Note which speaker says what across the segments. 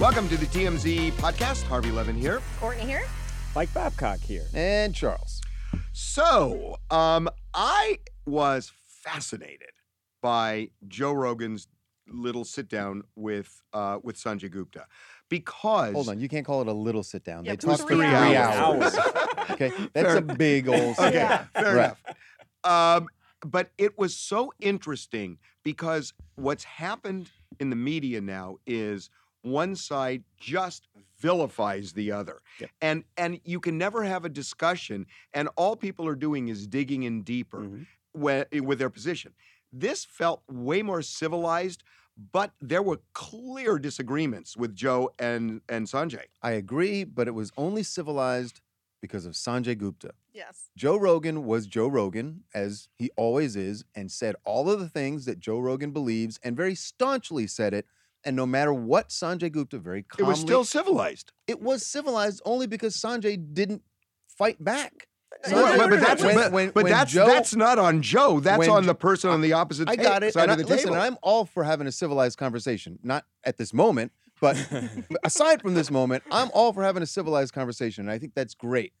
Speaker 1: Welcome to the TMZ podcast. Harvey Levin here
Speaker 2: Courtney here.
Speaker 3: Mike Babcock here.
Speaker 1: and Charles. So, um, I was fascinated by Joe Rogan's little sit down with uh, with Sanjay Gupta because
Speaker 4: Hold on, you can't call it a little sit down.
Speaker 2: Yeah,
Speaker 4: they
Speaker 2: it was
Speaker 4: talked
Speaker 2: three
Speaker 4: for three
Speaker 3: hours.
Speaker 4: hours. okay, that's a big old. sit
Speaker 1: okay,
Speaker 4: down.
Speaker 1: fair
Speaker 4: Right.
Speaker 1: enough. Um, but it was so interesting because what's happened in the media now is one side just vilifies the other.
Speaker 3: Yeah.
Speaker 1: And and you can never have a discussion and all people are doing is digging in deeper
Speaker 4: Mm-hmm.
Speaker 3: Mhm.
Speaker 1: whe- with their position. This felt way more civilized, but there were clear disagreements with Joe and and Sanjay.
Speaker 4: I agree, but it was only civilized because of Sanjay Gupta.
Speaker 2: Yes.
Speaker 4: Joe Rogan was Joe Rogan, as he always is, and said all of the things that Joe Rogan believes, and very staunchly said it. And no matter what Sanjay Gupta very
Speaker 1: It
Speaker 4: calmly,
Speaker 1: was still civilized.
Speaker 4: it was civilized only because Sanjay didn't fight back.
Speaker 2: No,
Speaker 1: Well,
Speaker 2: no,
Speaker 4: Sanjay-
Speaker 1: but,
Speaker 2: no,
Speaker 1: but
Speaker 2: no,
Speaker 1: that's
Speaker 2: no.
Speaker 1: but, but that's that's not on Joe. That's
Speaker 4: when
Speaker 1: on
Speaker 4: Jo-
Speaker 1: the person on the opposite
Speaker 4: I
Speaker 1: ta-
Speaker 4: got it.
Speaker 1: side
Speaker 4: And I,
Speaker 1: of the
Speaker 4: listen,
Speaker 1: table.
Speaker 4: I'm all for having a civilized conversation. Not at this moment, but aside from this moment, I'm all for having a civilized conversation. And I think that's great.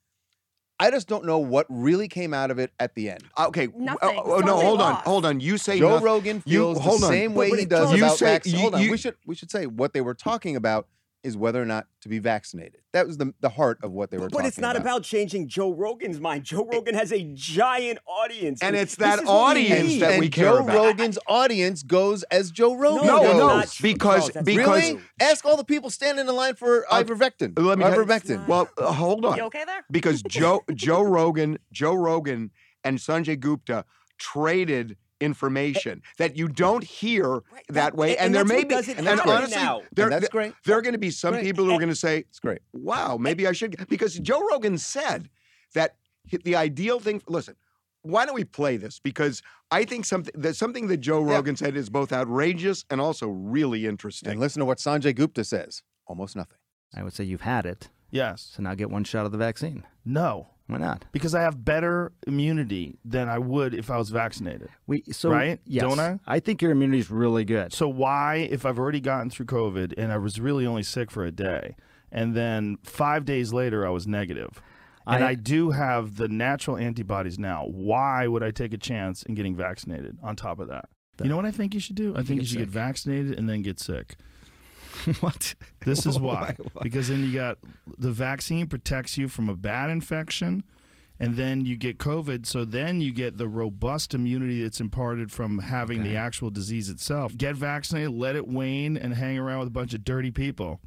Speaker 4: I just don't know what really came out of it at the end.
Speaker 1: okay. w-
Speaker 2: Nothing.
Speaker 1: Oh, oh, no,
Speaker 2: Totally
Speaker 1: hold on,
Speaker 2: lost.
Speaker 1: hold on. You say
Speaker 4: Joe
Speaker 1: nothing.
Speaker 4: Rogan
Speaker 1: You-
Speaker 4: feels
Speaker 1: hold
Speaker 4: the
Speaker 1: on.
Speaker 4: same
Speaker 1: But-
Speaker 4: way
Speaker 1: but
Speaker 4: he
Speaker 1: it
Speaker 4: does
Speaker 1: does- You
Speaker 4: about
Speaker 1: say-
Speaker 4: vaccines.
Speaker 1: you-
Speaker 4: Hold on.
Speaker 1: you-
Speaker 4: we should we should say what they were talking about is whether or not to be vaccinated. That was the the heart of what they were
Speaker 3: But
Speaker 4: talking
Speaker 3: it's not about. changing Joe Rogan's mind. Joe Rogan has a giant audience.
Speaker 1: And it's
Speaker 3: this
Speaker 1: that
Speaker 3: is what we
Speaker 1: audience
Speaker 3: need.
Speaker 1: that
Speaker 4: and
Speaker 1: we care
Speaker 4: Joe
Speaker 1: about.
Speaker 4: Rogan's audience goes as Joe Rogan.
Speaker 1: No,
Speaker 3: that's
Speaker 4: goes.
Speaker 1: no,
Speaker 3: not true,
Speaker 1: because-
Speaker 3: Charles. That's
Speaker 1: because-
Speaker 3: not
Speaker 4: really?
Speaker 3: true.
Speaker 4: Ask all the people standing in line for
Speaker 1: I-
Speaker 4: ivermectin.
Speaker 1: Let me tell you-
Speaker 4: ivermectin.
Speaker 1: Well, uh, hold on.
Speaker 2: You okay there?
Speaker 1: Because Joe Joe Rogan Joe Rogan and Sanjay Gupta traded information that you don't hear that way.
Speaker 3: And-
Speaker 1: And,
Speaker 3: and
Speaker 1: there
Speaker 3: that's
Speaker 1: may
Speaker 3: what
Speaker 1: be
Speaker 3: doesn't
Speaker 1: and
Speaker 3: happen
Speaker 1: honestly,
Speaker 3: now.
Speaker 1: there-
Speaker 4: And that's
Speaker 1: there-
Speaker 4: great.
Speaker 1: There are going to be some
Speaker 3: Great.
Speaker 1: people who are going to say,
Speaker 4: It's great.
Speaker 1: wow, maybe I should. Because Joe Rogan said that hi- the ideal thing. Listen, why don't we play this? Because I think something that something that Joe
Speaker 4: Yeah.
Speaker 1: Rogan said is both outrageous and also really
Speaker 4: And
Speaker 1: interesting.
Speaker 4: listen to what Sanjay Gupta says. Almost nothing.
Speaker 5: I would say you've had it,
Speaker 6: Yes.
Speaker 5: so now get one shot of the vaccine.
Speaker 6: No.
Speaker 5: Why not?
Speaker 6: Because I have better immunity than I would if I was vaccinated.
Speaker 5: We so
Speaker 6: Right?
Speaker 5: yes.
Speaker 6: Don't I?
Speaker 5: think your immunity is really good.
Speaker 6: So why, if I've already gotten through COVID and I was really only sick for a day, and then five days later I was negative, and I,
Speaker 5: I-
Speaker 6: do have the natural antibodies now, why would I take a chance in getting vaccinated on top of that? You know what I think you should do? I think you should get vaccinated and then get sick.
Speaker 5: what?
Speaker 6: This is why. Because then you got the vaccine protects you from a bad infection, and then you get COVID. So then you get the robust immunity that's imparted from having the actual disease itself. Get vaccinated, let it wane, and hang around with a bunch of dirty people.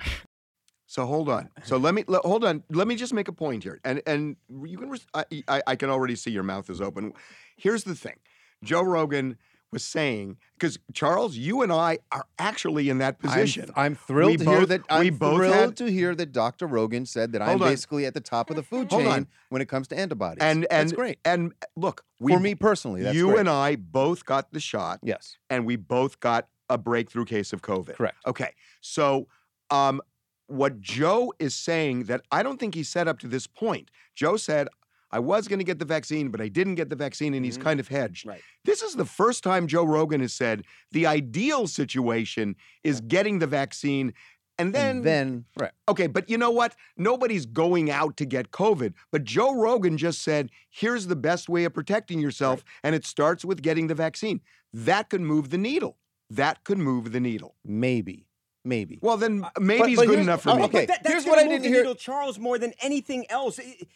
Speaker 1: So hold on. So let me le- hold on. Let me just make a point here, and and you can. res- I, I I can already see your mouth is open. Here's the thing, Joe Rogan was saying because Charles, you and I are actually in that
Speaker 4: I'm,
Speaker 1: position.
Speaker 4: I'm thrilled
Speaker 1: We
Speaker 4: to
Speaker 1: both-
Speaker 4: hear that. I'm
Speaker 1: we both
Speaker 4: thrilled
Speaker 1: had-
Speaker 4: to hear that Dr. Rogan said that I'm
Speaker 1: Hold on.
Speaker 4: basically at the top of the food
Speaker 1: Hold
Speaker 4: chain
Speaker 1: on.
Speaker 4: when it comes to antibodies.
Speaker 1: and and
Speaker 4: that's great
Speaker 1: And look, we,
Speaker 4: for me personally. That's
Speaker 1: you
Speaker 4: great.
Speaker 1: and I both got the shot,
Speaker 4: Yes,
Speaker 1: and we both got a breakthrough case of COVID.
Speaker 4: correct.
Speaker 1: Okay. So, um, what Joe is saying that I don't think he said up to this point. Joe said, I was going to get the vaccine, but I didn't get the vaccine, and
Speaker 4: Mm-hmm.
Speaker 1: he's
Speaker 3: Mhm.
Speaker 1: kind of hedged.
Speaker 3: Right.
Speaker 1: This is the first time Joe Rogan has said the ideal situation is getting the vaccine. And then,
Speaker 4: and then right.
Speaker 1: okay, but you know what? Nobody's going out to get COVID. But Joe Rogan just said, here's the best way of protecting yourself, and it starts with getting the vaccine. That could move the needle. That could move the needle.
Speaker 4: maybe, maybe.
Speaker 1: Well, then maybe
Speaker 4: Uh, but-
Speaker 1: he's
Speaker 4: but
Speaker 1: good
Speaker 4: here's-
Speaker 1: enough for
Speaker 4: oh,
Speaker 1: me.
Speaker 4: okay.
Speaker 3: That, that's
Speaker 4: Here's
Speaker 3: gonna
Speaker 4: what I
Speaker 3: move
Speaker 4: didn't
Speaker 3: the
Speaker 4: hear-
Speaker 3: needle, Charles, more than anything else. It-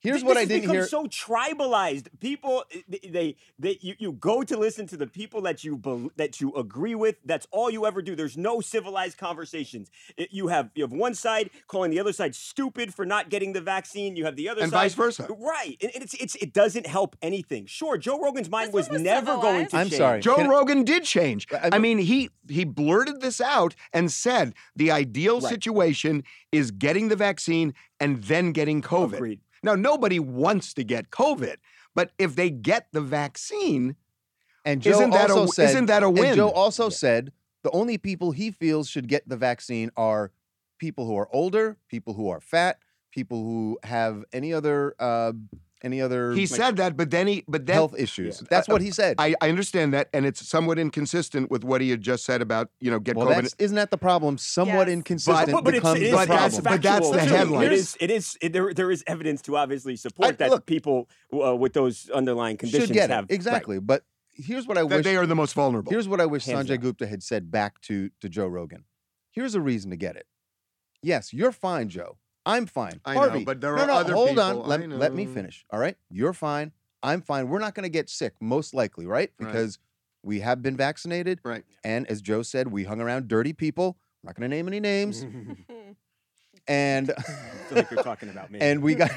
Speaker 4: Here's
Speaker 3: Th-
Speaker 4: what
Speaker 3: this
Speaker 4: I
Speaker 3: has
Speaker 4: didn't
Speaker 3: become
Speaker 4: hear.
Speaker 3: So tribalized, people eh, they they, they you, you go to listen to the people that you bel that you agree with. That's all you ever do. There's no civilized conversations. It- you have you have one side calling the other side stupid for not getting the vaccine. You have the other
Speaker 1: And
Speaker 3: side
Speaker 1: vice versa.
Speaker 3: Right, and, and it's it's it doesn't help anything. Sure, Joe Rogan's mind
Speaker 2: This
Speaker 3: was,
Speaker 2: one was
Speaker 3: never going
Speaker 2: civilized.
Speaker 3: to.
Speaker 4: I'm
Speaker 3: change.
Speaker 4: sorry.
Speaker 1: Joe
Speaker 4: Can-
Speaker 1: Rogan did change.
Speaker 4: I-
Speaker 1: I, mean, he he blurted this out and said the ideal
Speaker 3: Right.
Speaker 1: situation is getting the vaccine and then getting COVID.
Speaker 3: Agreed.
Speaker 1: Now nobody wants to get COVID, but if they get the vaccine,
Speaker 4: And Joe
Speaker 1: Isn't that a
Speaker 4: also
Speaker 1: w-
Speaker 4: said,
Speaker 1: isn't that a
Speaker 4: And
Speaker 1: win?
Speaker 4: Joe also said the only people he feels should get the vaccine are people who are older, people who are fat, people who have any other uh, any other
Speaker 1: he
Speaker 4: like,
Speaker 1: said that. But then he but then
Speaker 4: health issues. That's what he said.
Speaker 1: I, I understand that, and it's somewhat inconsistent with what he had just said about you know get
Speaker 4: well,
Speaker 1: COVID.
Speaker 4: that's, isn't that the problem? Somewhat
Speaker 2: Yes. But-
Speaker 4: inconsistent becomes
Speaker 1: it
Speaker 4: the
Speaker 1: is-
Speaker 4: problem.
Speaker 1: that's- but that's
Speaker 3: factual,
Speaker 1: the
Speaker 3: too.
Speaker 1: headline.
Speaker 3: It is. It is. It, there, there is evidence to obviously support
Speaker 4: I-
Speaker 3: that
Speaker 4: look.
Speaker 3: people uh, with those underlying conditions
Speaker 4: should get
Speaker 3: have
Speaker 4: it exactly. But here's what I
Speaker 1: that
Speaker 4: wish.
Speaker 1: they are the most vulnerable.
Speaker 4: Here's what I wish
Speaker 3: Hands
Speaker 4: Sanjay
Speaker 3: down.
Speaker 4: Gupta had said back to to Joe Rogan. Here's a reason to get it. Yes, you're fine, Joe. I'm fine.
Speaker 1: I know,
Speaker 4: Harvey,
Speaker 1: but there
Speaker 4: no,
Speaker 1: are
Speaker 4: no,
Speaker 1: other
Speaker 4: hold
Speaker 1: people.
Speaker 4: on. Let,
Speaker 1: I
Speaker 4: let me
Speaker 1: know.
Speaker 4: finish. All right, you're fine. I'm fine. We're not going to get sick, most likely, right?
Speaker 1: Right.
Speaker 4: Because we have been vaccinated,
Speaker 1: Right.
Speaker 4: and as Joe said, we hung around dirty people. I'm not going to name any names,
Speaker 1: Mm-hmm.
Speaker 4: and
Speaker 3: I feel like you're talking about me.
Speaker 4: and we got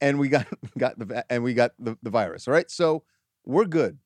Speaker 4: and we got got the va- and we got the, the virus all right so we're good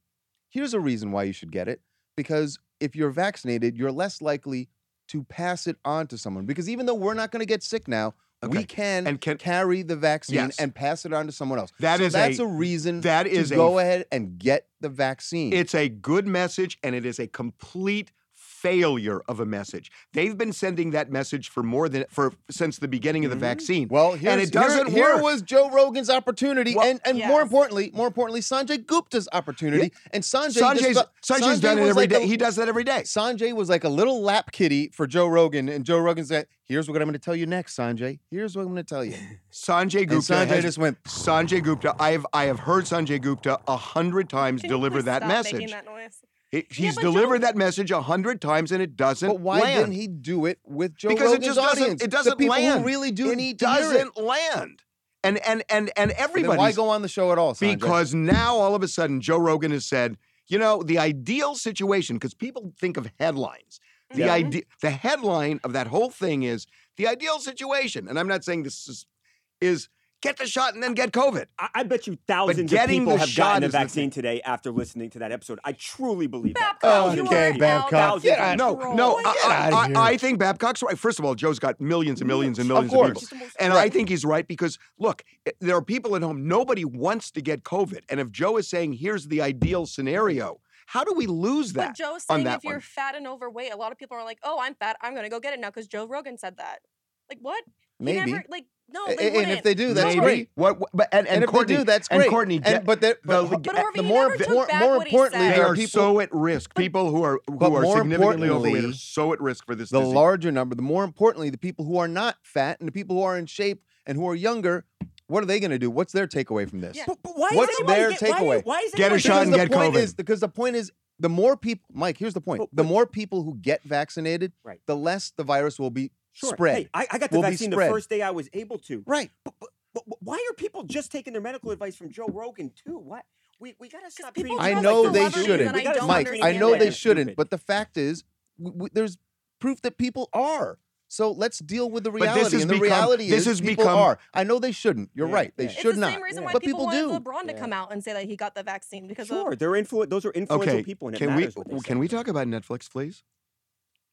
Speaker 4: here's a reason why you should get it because if you're vaccinated you're less likely to pass it on to someone because even though we're not going to get sick now we
Speaker 1: Okay.
Speaker 4: can,
Speaker 1: And can-
Speaker 4: carry the vaccine
Speaker 1: Yes.
Speaker 4: and pass it on to someone else
Speaker 1: That
Speaker 4: so
Speaker 1: is
Speaker 4: that's a,
Speaker 1: a-
Speaker 4: reason
Speaker 1: that
Speaker 4: to
Speaker 1: is a-
Speaker 4: go ahead and get the vaccine
Speaker 1: It's a good message and it is a complete failure of a message. They've been sending that message for more than for since the beginning of the vaccine.
Speaker 4: Mm-hmm. well,
Speaker 1: And
Speaker 4: here's,
Speaker 1: it doesn't
Speaker 4: here, here
Speaker 1: work.
Speaker 4: was Joe Rogan's opportunity,
Speaker 1: Well-
Speaker 4: and, and more
Speaker 2: Yes.
Speaker 4: importantly, more importantly, Sanjay Gupta's opportunity. And Sanjay,
Speaker 1: Sanjay's,
Speaker 4: just,
Speaker 1: Sanjay's
Speaker 4: Sanjay
Speaker 1: done it
Speaker 4: was
Speaker 1: every
Speaker 4: like
Speaker 1: day.
Speaker 4: a-
Speaker 1: he does that every day.
Speaker 4: Sanjay was like a little lap kitty for Joe Rogan, and Joe Rogan said, "Here's what I'm going to tell you next, Sanjay. Here's what I'm going to tell you."
Speaker 1: Sanjay
Speaker 4: And
Speaker 1: Gupta.
Speaker 4: Sanjay
Speaker 1: has-
Speaker 4: just went,
Speaker 1: Sanjay Gupta. I have I have heard Sanjay Gupta a hundred times
Speaker 2: Can you
Speaker 1: deliver
Speaker 2: please
Speaker 1: that
Speaker 2: stop
Speaker 1: message.
Speaker 2: Making that noise.
Speaker 1: He-
Speaker 2: Yeah,
Speaker 1: he's
Speaker 2: but
Speaker 1: delivered
Speaker 2: Joe-
Speaker 1: that message a hundred times and it doesn't.
Speaker 4: "But why
Speaker 1: land.
Speaker 4: didn't he do it with Joe
Speaker 1: because
Speaker 4: Rogan's
Speaker 1: it just
Speaker 4: audience?
Speaker 1: doesn't. It doesn't
Speaker 4: the people
Speaker 1: land.
Speaker 4: who really do
Speaker 1: it
Speaker 4: need to hear
Speaker 1: doesn't
Speaker 4: it.
Speaker 1: land. And and and and
Speaker 4: Then
Speaker 1: everybody.
Speaker 4: why go on the show at all, Sanjay?
Speaker 1: Because now all of a sudden Joe Rogan has said, you know, the ideal situation, because people think of headlines. The
Speaker 3: Yeah.
Speaker 1: idea the headline of that whole thing is the ideal situation. And I'm not saying this is, is get the shot and then get COVID.
Speaker 3: I, I bet you thousands of
Speaker 1: getting
Speaker 3: people
Speaker 1: the
Speaker 3: have
Speaker 1: shot
Speaker 3: gotten a
Speaker 1: is the thing.
Speaker 3: vaccine today after listening to that episode. I truly believe that.
Speaker 2: Babcock, you
Speaker 4: Oh, Okay,
Speaker 2: are
Speaker 4: Babcock,
Speaker 2: out of
Speaker 4: get out-
Speaker 1: No,
Speaker 2: control.
Speaker 1: no,
Speaker 4: Get
Speaker 1: I,
Speaker 4: outta
Speaker 1: I-
Speaker 4: here.
Speaker 1: I think Babcock's right. First of all, Joe's got millions and millions and
Speaker 4: Of
Speaker 1: millions
Speaker 4: course.
Speaker 1: of people.
Speaker 2: He's the most-
Speaker 1: And I
Speaker 4: Right.
Speaker 1: think he's right because look, i- there are people at home. Nobody wants to get COVID. And if Joe is saying here's the ideal scenario, how do we lose that
Speaker 2: But Joe's
Speaker 1: on
Speaker 2: saying
Speaker 1: that
Speaker 2: if you're
Speaker 1: one?
Speaker 2: fat and overweight, a lot of people are like, "Oh, I'm fat. I'm gonna go get it now," because Joe Rogan said that. Like what? He
Speaker 4: Maybe.
Speaker 2: never- like no,
Speaker 4: A-
Speaker 2: they
Speaker 4: and
Speaker 2: wouldn't.
Speaker 4: if they do, that's
Speaker 1: Maybe.
Speaker 4: great.
Speaker 1: What, what- but, and, and,
Speaker 4: And, if
Speaker 1: Courtney,
Speaker 4: they do, that's
Speaker 1: and
Speaker 4: great.
Speaker 1: Courtney,
Speaker 4: and,
Speaker 1: get-
Speaker 4: but there, but,
Speaker 1: the-
Speaker 2: But Harvey,
Speaker 4: the
Speaker 2: you
Speaker 4: more
Speaker 2: never took
Speaker 4: more,
Speaker 2: back
Speaker 4: more
Speaker 2: what he
Speaker 4: importantly,
Speaker 2: said.
Speaker 1: they
Speaker 4: there
Speaker 1: are
Speaker 4: people
Speaker 1: so at risk. People who are
Speaker 4: but
Speaker 1: who are
Speaker 4: more
Speaker 1: significantly overweight
Speaker 4: importantly,
Speaker 1: are so at risk for this
Speaker 4: the
Speaker 1: disease.
Speaker 4: larger number, the more importantly, the people who are not fat and the people who are in shape and who are younger, what are they going to do? What's their takeaway from this?
Speaker 2: Yeah.
Speaker 3: But, but why
Speaker 4: What's
Speaker 3: is anybody
Speaker 4: their
Speaker 3: get- why-
Speaker 4: takeaway?
Speaker 3: Why is
Speaker 1: Get a
Speaker 3: anybody
Speaker 1: shot
Speaker 4: Because
Speaker 1: and
Speaker 4: the
Speaker 1: get
Speaker 4: point
Speaker 1: COVID.
Speaker 4: is because the point is the more people, Mike. Here's the point:
Speaker 3: But-
Speaker 4: the more people who get vaccinated,
Speaker 3: Right.
Speaker 4: the less the virus will be
Speaker 3: Sure.
Speaker 4: spread.
Speaker 3: Hey, I, I got the
Speaker 4: Will be
Speaker 3: vaccine the
Speaker 4: spread.
Speaker 3: first day I was able to.
Speaker 4: Right.
Speaker 3: But, but, but why are people just taking their medical advice from Joe Rogan too? What? We, we gotta stop. treating
Speaker 2: people Well,
Speaker 4: I
Speaker 2: just
Speaker 3: people
Speaker 2: like
Speaker 4: know
Speaker 2: the
Speaker 4: they
Speaker 2: lovers
Speaker 4: shouldn't,
Speaker 2: and I don't
Speaker 4: Mike. I
Speaker 2: understand
Speaker 4: know they
Speaker 2: it.
Speaker 4: shouldn't,
Speaker 3: Stupid.
Speaker 4: but the fact is, w- w- there's proof that people are. So let's deal with the
Speaker 1: this
Speaker 4: reality,
Speaker 1: has
Speaker 4: and the
Speaker 1: become-
Speaker 4: reality
Speaker 1: this
Speaker 4: is
Speaker 1: has
Speaker 4: people
Speaker 1: become-
Speaker 4: are. I know they shouldn't. You're
Speaker 3: Yeah.
Speaker 4: right. They
Speaker 3: It's
Speaker 2: It's
Speaker 4: should
Speaker 2: the
Speaker 4: not.
Speaker 2: same reason
Speaker 3: Yeah.
Speaker 2: why
Speaker 4: But
Speaker 2: people,
Speaker 4: people
Speaker 2: wanted
Speaker 4: do.
Speaker 2: LeBron to come out and say that he got the vaccine because
Speaker 3: Sure,
Speaker 2: of
Speaker 3: they're influ- Those are influential
Speaker 1: Okay,
Speaker 3: people, and it
Speaker 1: can we
Speaker 3: matters what they say.
Speaker 1: can we talk about Netflix, please?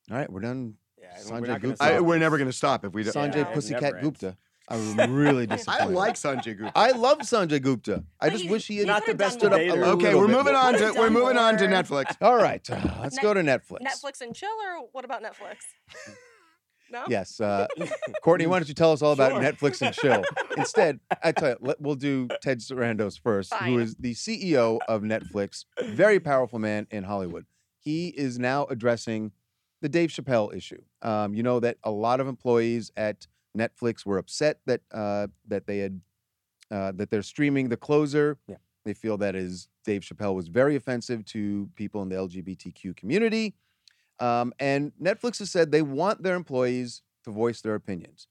Speaker 4: All right, we're done.
Speaker 3: Yeah,
Speaker 4: Sanjay
Speaker 3: we're not gonna
Speaker 4: Gupta.
Speaker 3: stop
Speaker 1: I, we're
Speaker 3: this.
Speaker 1: never going to stop if we don't.
Speaker 4: Sanjay
Speaker 2: Yeah.
Speaker 4: Pussycat
Speaker 3: Never ends.
Speaker 4: Gupta. I'm really
Speaker 1: I
Speaker 4: disappointed.
Speaker 1: like Sanjay Gupta.
Speaker 4: I love Sanjay Gupta. I
Speaker 2: But
Speaker 4: just
Speaker 2: he-
Speaker 4: wish he had
Speaker 2: he
Speaker 3: Not the
Speaker 2: could've
Speaker 3: best
Speaker 2: done
Speaker 4: stood up
Speaker 2: more.
Speaker 4: a
Speaker 3: debater.
Speaker 4: little
Speaker 1: okay, we're
Speaker 4: bit
Speaker 1: moving
Speaker 4: more.
Speaker 1: on to
Speaker 2: Could've
Speaker 1: we're
Speaker 2: done
Speaker 1: moving on to
Speaker 2: more.
Speaker 1: Netflix.
Speaker 4: All right, uh, let's go to Netflix.
Speaker 2: Netflix and chill, or what about Netflix? No.
Speaker 4: Yes, uh, Courtney, why don't you tell us all about
Speaker 3: Sure.
Speaker 4: Netflix and chill? Instead, I tell you, let, we'll do Ted Sarandos first, who
Speaker 2: Fine.
Speaker 4: is the CEO of Netflix, very powerful man in Hollywood. He is now addressing the Dave Chappelle issue. Um, you know that a lot of employees at Netflix were upset that uh, that they had uh, that they're streaming The Closer.
Speaker 3: Yeah.
Speaker 4: They feel that is Dave Chappelle was very offensive to people in the LGBTQ community. Um, and Netflix has said they want their employees to voice their opinions.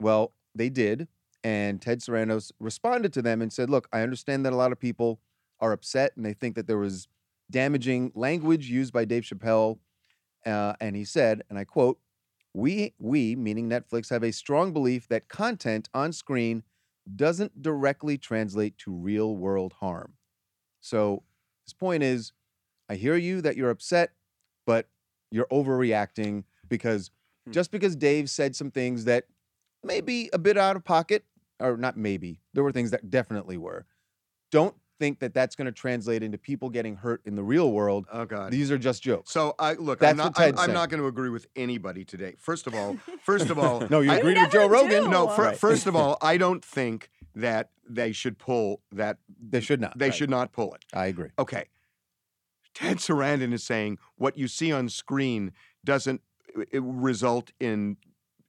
Speaker 4: Well, they did, And Ted Serranos responded to them and said, Look, I understand that a lot of people are upset and they think that there was damaging language used by Dave Chappelle. Uh, and he said, and I quote, we, we, meaning Netflix, have a strong belief that content on screen doesn't directly translate to real world harm. So his point is, I hear you that you're upset, but you're overreacting because just because Dave said some things that maybe a bit out of pocket, or not maybe, there were things that definitely were. Don't think that that's going to translate into people getting hurt in the real world.
Speaker 1: Oh God.
Speaker 4: These are just jokes.
Speaker 1: So I look.
Speaker 4: That's
Speaker 1: I'm not.
Speaker 4: what Ted
Speaker 1: I'm, I'm
Speaker 4: said.
Speaker 1: not going to agree with anybody today. First of all, first of all,
Speaker 4: No, you
Speaker 1: I-
Speaker 4: agreed
Speaker 2: You
Speaker 4: with Joe
Speaker 2: never
Speaker 4: Rogan.
Speaker 2: do.
Speaker 1: No, fir-
Speaker 4: Right.
Speaker 1: first of all, I don't think that they should pull that.
Speaker 4: They should not.
Speaker 1: They
Speaker 4: Right.
Speaker 1: should not pull it.
Speaker 4: I agree.
Speaker 1: Okay. Ted Sarandon is saying what you see on screen doesn't uh, uh, result in uh,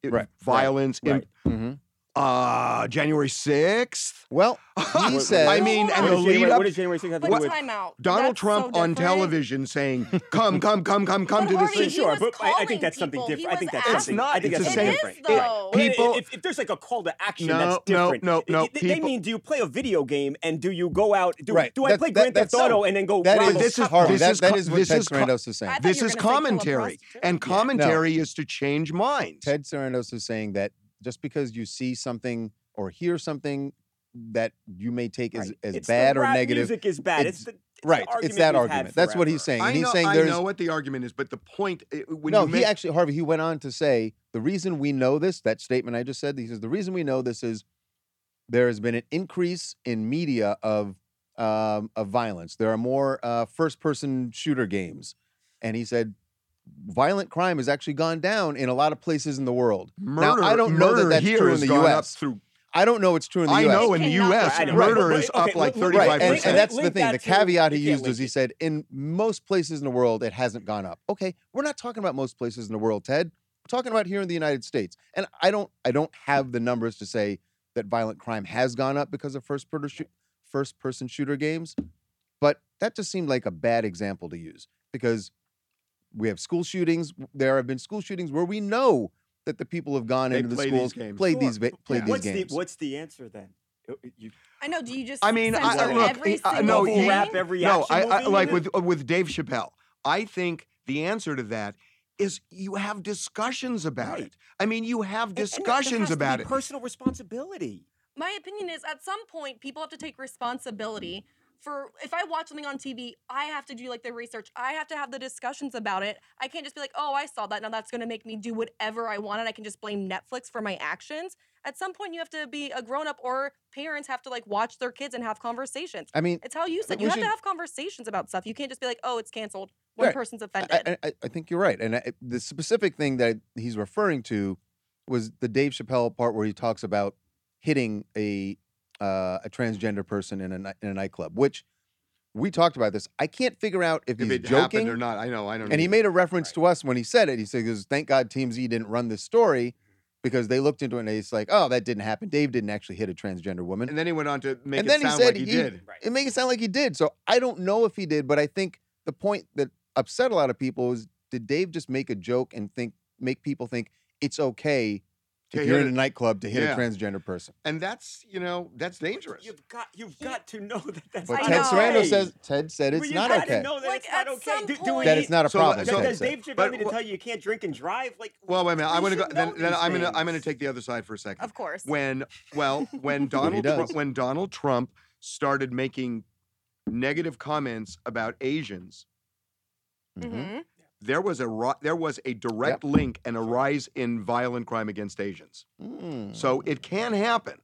Speaker 4: Right, right,
Speaker 1: violence.
Speaker 3: right.
Speaker 4: Mhm.
Speaker 1: In uh, January sixth.
Speaker 4: Well, he said.
Speaker 1: I mean, and
Speaker 3: What
Speaker 1: the
Speaker 3: does January-
Speaker 1: lead up.
Speaker 3: What does January 6th have to
Speaker 2: But
Speaker 3: do with?
Speaker 2: time out.
Speaker 1: Donald
Speaker 2: That's
Speaker 1: Trump
Speaker 2: so
Speaker 1: on
Speaker 2: different.
Speaker 1: television saying, "Come, come, come, come, come to this."
Speaker 2: But Harvey,
Speaker 1: thing."
Speaker 2: he
Speaker 3: Sure,
Speaker 2: was
Speaker 3: but I- I
Speaker 2: calling
Speaker 3: think that's something
Speaker 2: people.
Speaker 3: different.
Speaker 2: He
Speaker 3: I think
Speaker 2: was
Speaker 3: that's
Speaker 2: asking-
Speaker 3: something- I think
Speaker 1: It's
Speaker 3: that's
Speaker 1: the
Speaker 3: something
Speaker 1: same.
Speaker 3: different.
Speaker 2: It is,
Speaker 3: Right.
Speaker 2: though.
Speaker 3: Well, i-
Speaker 1: People-
Speaker 3: if, if there's like a call to action,
Speaker 1: No,
Speaker 3: that's
Speaker 1: no,
Speaker 3: different.
Speaker 1: no, no,
Speaker 3: I- I- They
Speaker 1: people-
Speaker 3: mean, do you play a video game and do you go out? Do,
Speaker 4: right.
Speaker 3: do I
Speaker 4: That-
Speaker 3: play
Speaker 4: that-
Speaker 3: Grand Theft
Speaker 4: that's-
Speaker 3: Auto and then go?
Speaker 4: That
Speaker 3: rob
Speaker 4: is-
Speaker 3: a
Speaker 1: this is
Speaker 3: cop-
Speaker 4: Harvey,
Speaker 1: this
Speaker 4: that-
Speaker 1: is
Speaker 4: that
Speaker 1: co-
Speaker 4: is what
Speaker 1: this
Speaker 4: Ted
Speaker 1: is co-
Speaker 4: Sarandis is saying.
Speaker 2: I thought
Speaker 1: this
Speaker 2: you were
Speaker 1: is
Speaker 2: gonna say kill a
Speaker 1: commentary,
Speaker 2: prostitute.
Speaker 1: and
Speaker 2: Yeah.
Speaker 1: commentary is to change minds.
Speaker 4: Ted Sarandos is saying that just because you see something or hear something that you may take as,
Speaker 3: Right.
Speaker 4: as
Speaker 3: It's the
Speaker 4: bad or
Speaker 3: rap
Speaker 4: negative.
Speaker 3: Music is bad. It's, the, it's the
Speaker 4: right. it's that
Speaker 3: we've
Speaker 4: argument.
Speaker 3: had
Speaker 4: That's what he's
Speaker 3: forever.
Speaker 4: saying.
Speaker 1: I
Speaker 4: And he's
Speaker 1: know,
Speaker 4: saying
Speaker 1: I
Speaker 4: there's
Speaker 1: know what the argument is, but the point i- when
Speaker 4: no,
Speaker 1: you
Speaker 4: he
Speaker 1: make
Speaker 4: actually Harvey. He went on to say the reason we know this. That statement I just said. He says the reason we know this is there has been an increase in media of um, of violence. There are more uh, first person shooter games, and he said violent crime has actually gone down in a lot of places in the world.
Speaker 1: murder,
Speaker 4: now I don't know
Speaker 1: murder
Speaker 4: that that's
Speaker 1: here
Speaker 4: true in
Speaker 1: has
Speaker 4: the
Speaker 1: gone up
Speaker 4: U.S.
Speaker 1: through.
Speaker 4: I don't know it's true in the
Speaker 1: I
Speaker 4: U.S.
Speaker 1: know in the
Speaker 2: It cannot
Speaker 1: U.S.
Speaker 2: go up.
Speaker 1: murder
Speaker 3: Right,
Speaker 1: is
Speaker 3: but- okay,
Speaker 1: up like
Speaker 3: look, look,
Speaker 1: thirty
Speaker 3: look,
Speaker 1: five
Speaker 4: Right, and, and
Speaker 1: percent.
Speaker 4: that's
Speaker 3: Link
Speaker 4: the thing. The
Speaker 3: that to-
Speaker 4: caveat he
Speaker 3: you can't
Speaker 4: used was he
Speaker 3: link it.
Speaker 4: said, in most places in the world, it hasn't gone up. Okay, we're not talking about most places in the world, Ted. We're talking about here in the United States. And I don't, I don't have the numbers to say that violent crime has gone up because of first person shoot, first person shooter games, but that just seemed like a bad example to use because we have school shootings. There have been school shootings where we know that the people have gone
Speaker 1: They
Speaker 4: into the
Speaker 1: play these
Speaker 4: schools,
Speaker 1: games.
Speaker 4: played
Speaker 3: Sure.
Speaker 4: these, ba- played these
Speaker 3: what's
Speaker 4: games.
Speaker 3: The, what's the answer then? Uh, You
Speaker 2: I know. Do you just?
Speaker 1: I mean, I,
Speaker 2: censor
Speaker 1: I, look,
Speaker 2: every
Speaker 1: I,
Speaker 2: single
Speaker 1: no,
Speaker 3: Bubble
Speaker 2: thing?
Speaker 1: he-
Speaker 3: wrap every
Speaker 1: no,
Speaker 3: action
Speaker 1: I, I
Speaker 3: movie
Speaker 1: like
Speaker 3: in
Speaker 1: with uh, with Dave Chappelle. I think the answer to that is you have discussions about
Speaker 3: Right.
Speaker 1: it. I mean, you have
Speaker 3: And- and there
Speaker 1: discussions
Speaker 3: has to be
Speaker 1: about it.
Speaker 3: Personal responsibility.
Speaker 2: my opinion is at some point people have to take responsibility for if I watch something on TV, I have to do like the research. I have to have the discussions about it. I can't just be like, "Oh, I saw that. Now that's going to make me do whatever I want and I can just blame Netflix for my actions." At some point you have to be a grown-up or parents have to like watch their kids and have conversations.
Speaker 4: I mean,
Speaker 2: It's how you said.
Speaker 4: we
Speaker 2: You have
Speaker 4: should-
Speaker 2: to have conversations about stuff. You can't just be like, "Oh, it's canceled." One
Speaker 4: Right.
Speaker 2: person's
Speaker 4: I-
Speaker 2: offended.
Speaker 4: I, I, I think you're right. And I, the specific thing that he's referring to was the Dave Chappelle part where he talks about hitting a uh, a transgender person in a ni- in a nightclub, which we talked about this. I can't figure out if,
Speaker 1: If
Speaker 4: he's
Speaker 1: it
Speaker 4: joking
Speaker 1: happened or not, I know. I don't.
Speaker 4: And he
Speaker 1: either.
Speaker 4: made a reference to us when he said it. He said, "Because thank God Team Z didn't run this story." Because they looked into it and it's like, oh, that didn't happen. Dave didn't actually hit a transgender woman
Speaker 1: and then he went on to make
Speaker 4: and
Speaker 1: it
Speaker 4: then he
Speaker 1: sound
Speaker 4: said
Speaker 1: like he, did.
Speaker 4: It made it sound like he did. So I don't know if he did, but I think the point that upset a lot of people is did Dave just make a joke and think make people think it's okay
Speaker 1: To
Speaker 4: if you're
Speaker 1: hit
Speaker 4: in a
Speaker 1: a-
Speaker 4: nightclub to hit
Speaker 1: yeah.
Speaker 4: a transgender person?
Speaker 1: And that's you know that's dangerous.
Speaker 3: You've got, you've got to know that that's
Speaker 4: But
Speaker 2: I
Speaker 3: not
Speaker 4: Ted
Speaker 2: know.
Speaker 4: Serrano
Speaker 3: okay.
Speaker 4: says Ted said
Speaker 3: But
Speaker 4: it's
Speaker 3: you
Speaker 4: not
Speaker 3: gotta
Speaker 4: okay.
Speaker 3: know that
Speaker 2: Like,
Speaker 3: it's not
Speaker 2: at
Speaker 3: okay.
Speaker 2: some
Speaker 3: Do- do we
Speaker 2: point-
Speaker 4: That it's not a
Speaker 1: So,
Speaker 4: problem.
Speaker 1: so-
Speaker 4: Ted
Speaker 3: does
Speaker 4: said.
Speaker 3: Dave Chappelle
Speaker 1: But
Speaker 3: need to
Speaker 1: wha-
Speaker 3: tell you you can't drink and drive? Like,
Speaker 1: Well, wait a minute. I
Speaker 3: we
Speaker 1: want to go.
Speaker 3: should
Speaker 1: Then,
Speaker 3: know
Speaker 1: then
Speaker 3: these
Speaker 1: I'm gonna I'm gonna
Speaker 3: things.
Speaker 1: take the other side for a second.
Speaker 2: of course.
Speaker 1: When well when Donald Tru-
Speaker 4: does.
Speaker 1: when Donald Trump started making negative comments about Asians,
Speaker 2: Mhm.
Speaker 1: there was a ri- there was a direct link and a rise in violent crime against Asians.
Speaker 4: Mm.
Speaker 1: So it can happen.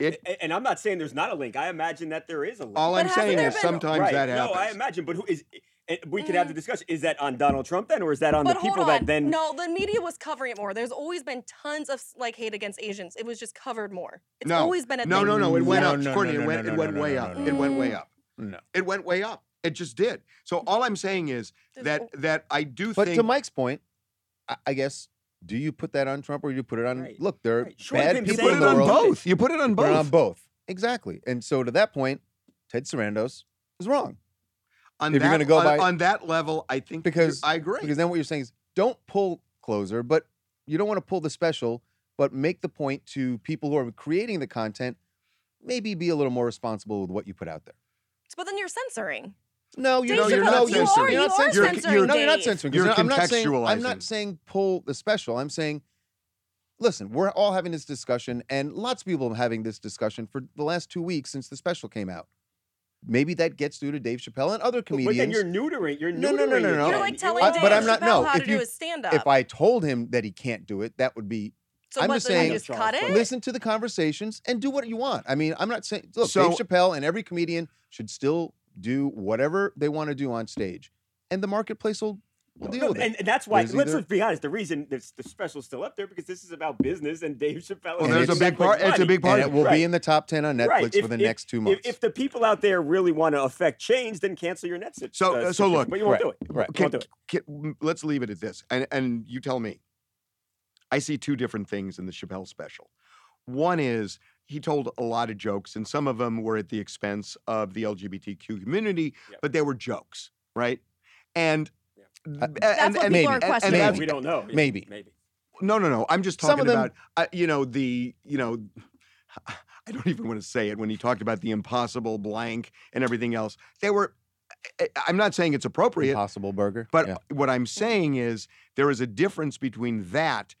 Speaker 1: It
Speaker 3: A- And I'm not saying there's not a link. I imagine that there is a link.
Speaker 1: all
Speaker 2: But
Speaker 1: I'm
Speaker 2: hasn't
Speaker 1: saying
Speaker 2: there
Speaker 1: is
Speaker 2: been-
Speaker 1: sometimes
Speaker 3: right.
Speaker 1: that
Speaker 3: No, I
Speaker 1: happens.
Speaker 3: imagine. But who is? And we could have the discussion. Is that on Donald Trump then, or is that on
Speaker 2: but
Speaker 3: the
Speaker 2: hold
Speaker 3: people
Speaker 2: on.
Speaker 3: that then?
Speaker 2: No, the media was covering it more. There's always been tons of like hate against Asians. It was just covered more. It's
Speaker 1: no,
Speaker 2: always been a
Speaker 1: no,
Speaker 2: thing. Mm.
Speaker 1: no, no. It went
Speaker 2: Yeah.
Speaker 1: up,
Speaker 5: no,
Speaker 1: Courtney.
Speaker 5: no,
Speaker 1: it went
Speaker 5: no,
Speaker 1: it
Speaker 5: no,
Speaker 1: went
Speaker 5: no,
Speaker 1: way
Speaker 5: no,
Speaker 1: up.
Speaker 5: no,
Speaker 1: It went way
Speaker 2: no.
Speaker 1: up.
Speaker 4: No.
Speaker 1: It went way up. It just did. So all I'm saying is
Speaker 2: There's
Speaker 1: that
Speaker 2: al-
Speaker 1: that I do
Speaker 4: But
Speaker 1: think
Speaker 4: to Mike's point, I, I guess do you put that on Trump or do you put it on?
Speaker 3: Right.
Speaker 4: Look, there are
Speaker 3: Right. Sure,
Speaker 4: bad
Speaker 3: him
Speaker 4: people
Speaker 3: saying
Speaker 4: in
Speaker 3: it
Speaker 4: the
Speaker 3: on
Speaker 4: world.
Speaker 3: both.
Speaker 1: You put it on
Speaker 4: Put it on both. Exactly. And so to that point, Ted Sarandos is wrong.
Speaker 1: On
Speaker 4: If
Speaker 1: that,
Speaker 4: you're gonna go
Speaker 1: on,
Speaker 4: by-
Speaker 1: on that level, I think you're-
Speaker 4: Because-
Speaker 1: I agree.
Speaker 4: Because then what you're saying is don't pull closer, but you don't want to pull the special, but make the point to people who are creating the content, maybe be a little more responsible with what you put out there.
Speaker 2: But then you're censoring.
Speaker 4: No, you
Speaker 2: Dave
Speaker 4: know, you're
Speaker 2: Chappelle,
Speaker 4: no,
Speaker 2: you
Speaker 4: you're, you're
Speaker 2: are-
Speaker 4: not
Speaker 2: you are
Speaker 4: censoring.
Speaker 2: censoring,
Speaker 4: no, you're not
Speaker 2: Dave.
Speaker 4: censoring.
Speaker 1: You're
Speaker 4: I'm not saying I'm
Speaker 1: contextualizing.
Speaker 4: not saying pull the special. I'm saying listen, we're all having this discussion and lots of people have been having this discussion for the last 2 weeks since the special came out. Maybe that gets through to Dave Chappelle and other
Speaker 3: But
Speaker 4: comedians.
Speaker 3: then you're neutering. You're neutering.
Speaker 4: No, no, no, no,
Speaker 3: your
Speaker 4: no.
Speaker 3: kid.
Speaker 2: You're like telling
Speaker 4: I-
Speaker 2: Dave
Speaker 4: but I'm not-
Speaker 2: Chappelle
Speaker 4: no,
Speaker 2: how
Speaker 4: if
Speaker 2: to
Speaker 4: you-
Speaker 2: do his stand up.
Speaker 4: if I told him that he can't do it, that would be
Speaker 2: so
Speaker 4: I'm
Speaker 2: what,
Speaker 4: just
Speaker 2: then you
Speaker 4: saying-
Speaker 2: just cut it?
Speaker 4: listen to the conversations and do what you want. I mean, I'm not saying look,
Speaker 1: So-
Speaker 4: Dave Chappelle and every comedian should still do whatever they want to do on stage, and the marketplace will will deal
Speaker 3: No,
Speaker 4: with it.
Speaker 3: and, and that's why.
Speaker 4: There's
Speaker 3: Let's
Speaker 4: either-
Speaker 3: just be honest. The reason this, the special's still up there because this is about business, and Dave Chappelle.
Speaker 1: Well,
Speaker 3: is
Speaker 1: there's a
Speaker 3: making
Speaker 1: big
Speaker 3: Netflix
Speaker 1: part. It's a
Speaker 3: money.
Speaker 1: big part.
Speaker 4: and it will
Speaker 3: Right.
Speaker 4: be in the top 10 on Netflix
Speaker 3: Right.
Speaker 4: for
Speaker 3: If-
Speaker 4: the
Speaker 3: if-
Speaker 4: next two
Speaker 3: if-
Speaker 4: months.
Speaker 3: If, the people out there really want to affect change, then cancel your Netflix.
Speaker 1: So-
Speaker 3: uh,
Speaker 1: so
Speaker 3: subscription,
Speaker 1: look,
Speaker 3: but you won't
Speaker 4: right,
Speaker 3: do it.
Speaker 4: right.
Speaker 3: You won't do it.
Speaker 1: Can- m- let's leave it at this, and and you tell me. I see two different things in the Chappelle special. One is he told a lot of jokes, and some of them were at the expense of the LGBTQ community,
Speaker 3: Yep.
Speaker 1: but they were jokes, right? And
Speaker 3: Yeah.
Speaker 1: th- Uh, and-
Speaker 2: That's what
Speaker 1: and-
Speaker 2: people are
Speaker 1: and- and
Speaker 2: questioning.
Speaker 1: that's-
Speaker 4: Maybe.
Speaker 3: We don't know.
Speaker 4: Maybe.
Speaker 3: Maybe.
Speaker 1: no, no, no. I'm just
Speaker 4: Some
Speaker 1: talking
Speaker 4: of them-
Speaker 1: about uh, you know the you know I don't even want to say it when he talked about the impossible blank and everything else. They were. I- I- I'm not saying it's appropriate.
Speaker 4: Impossible Burger.
Speaker 1: But
Speaker 4: Yeah.
Speaker 1: what I'm saying is there is a difference between that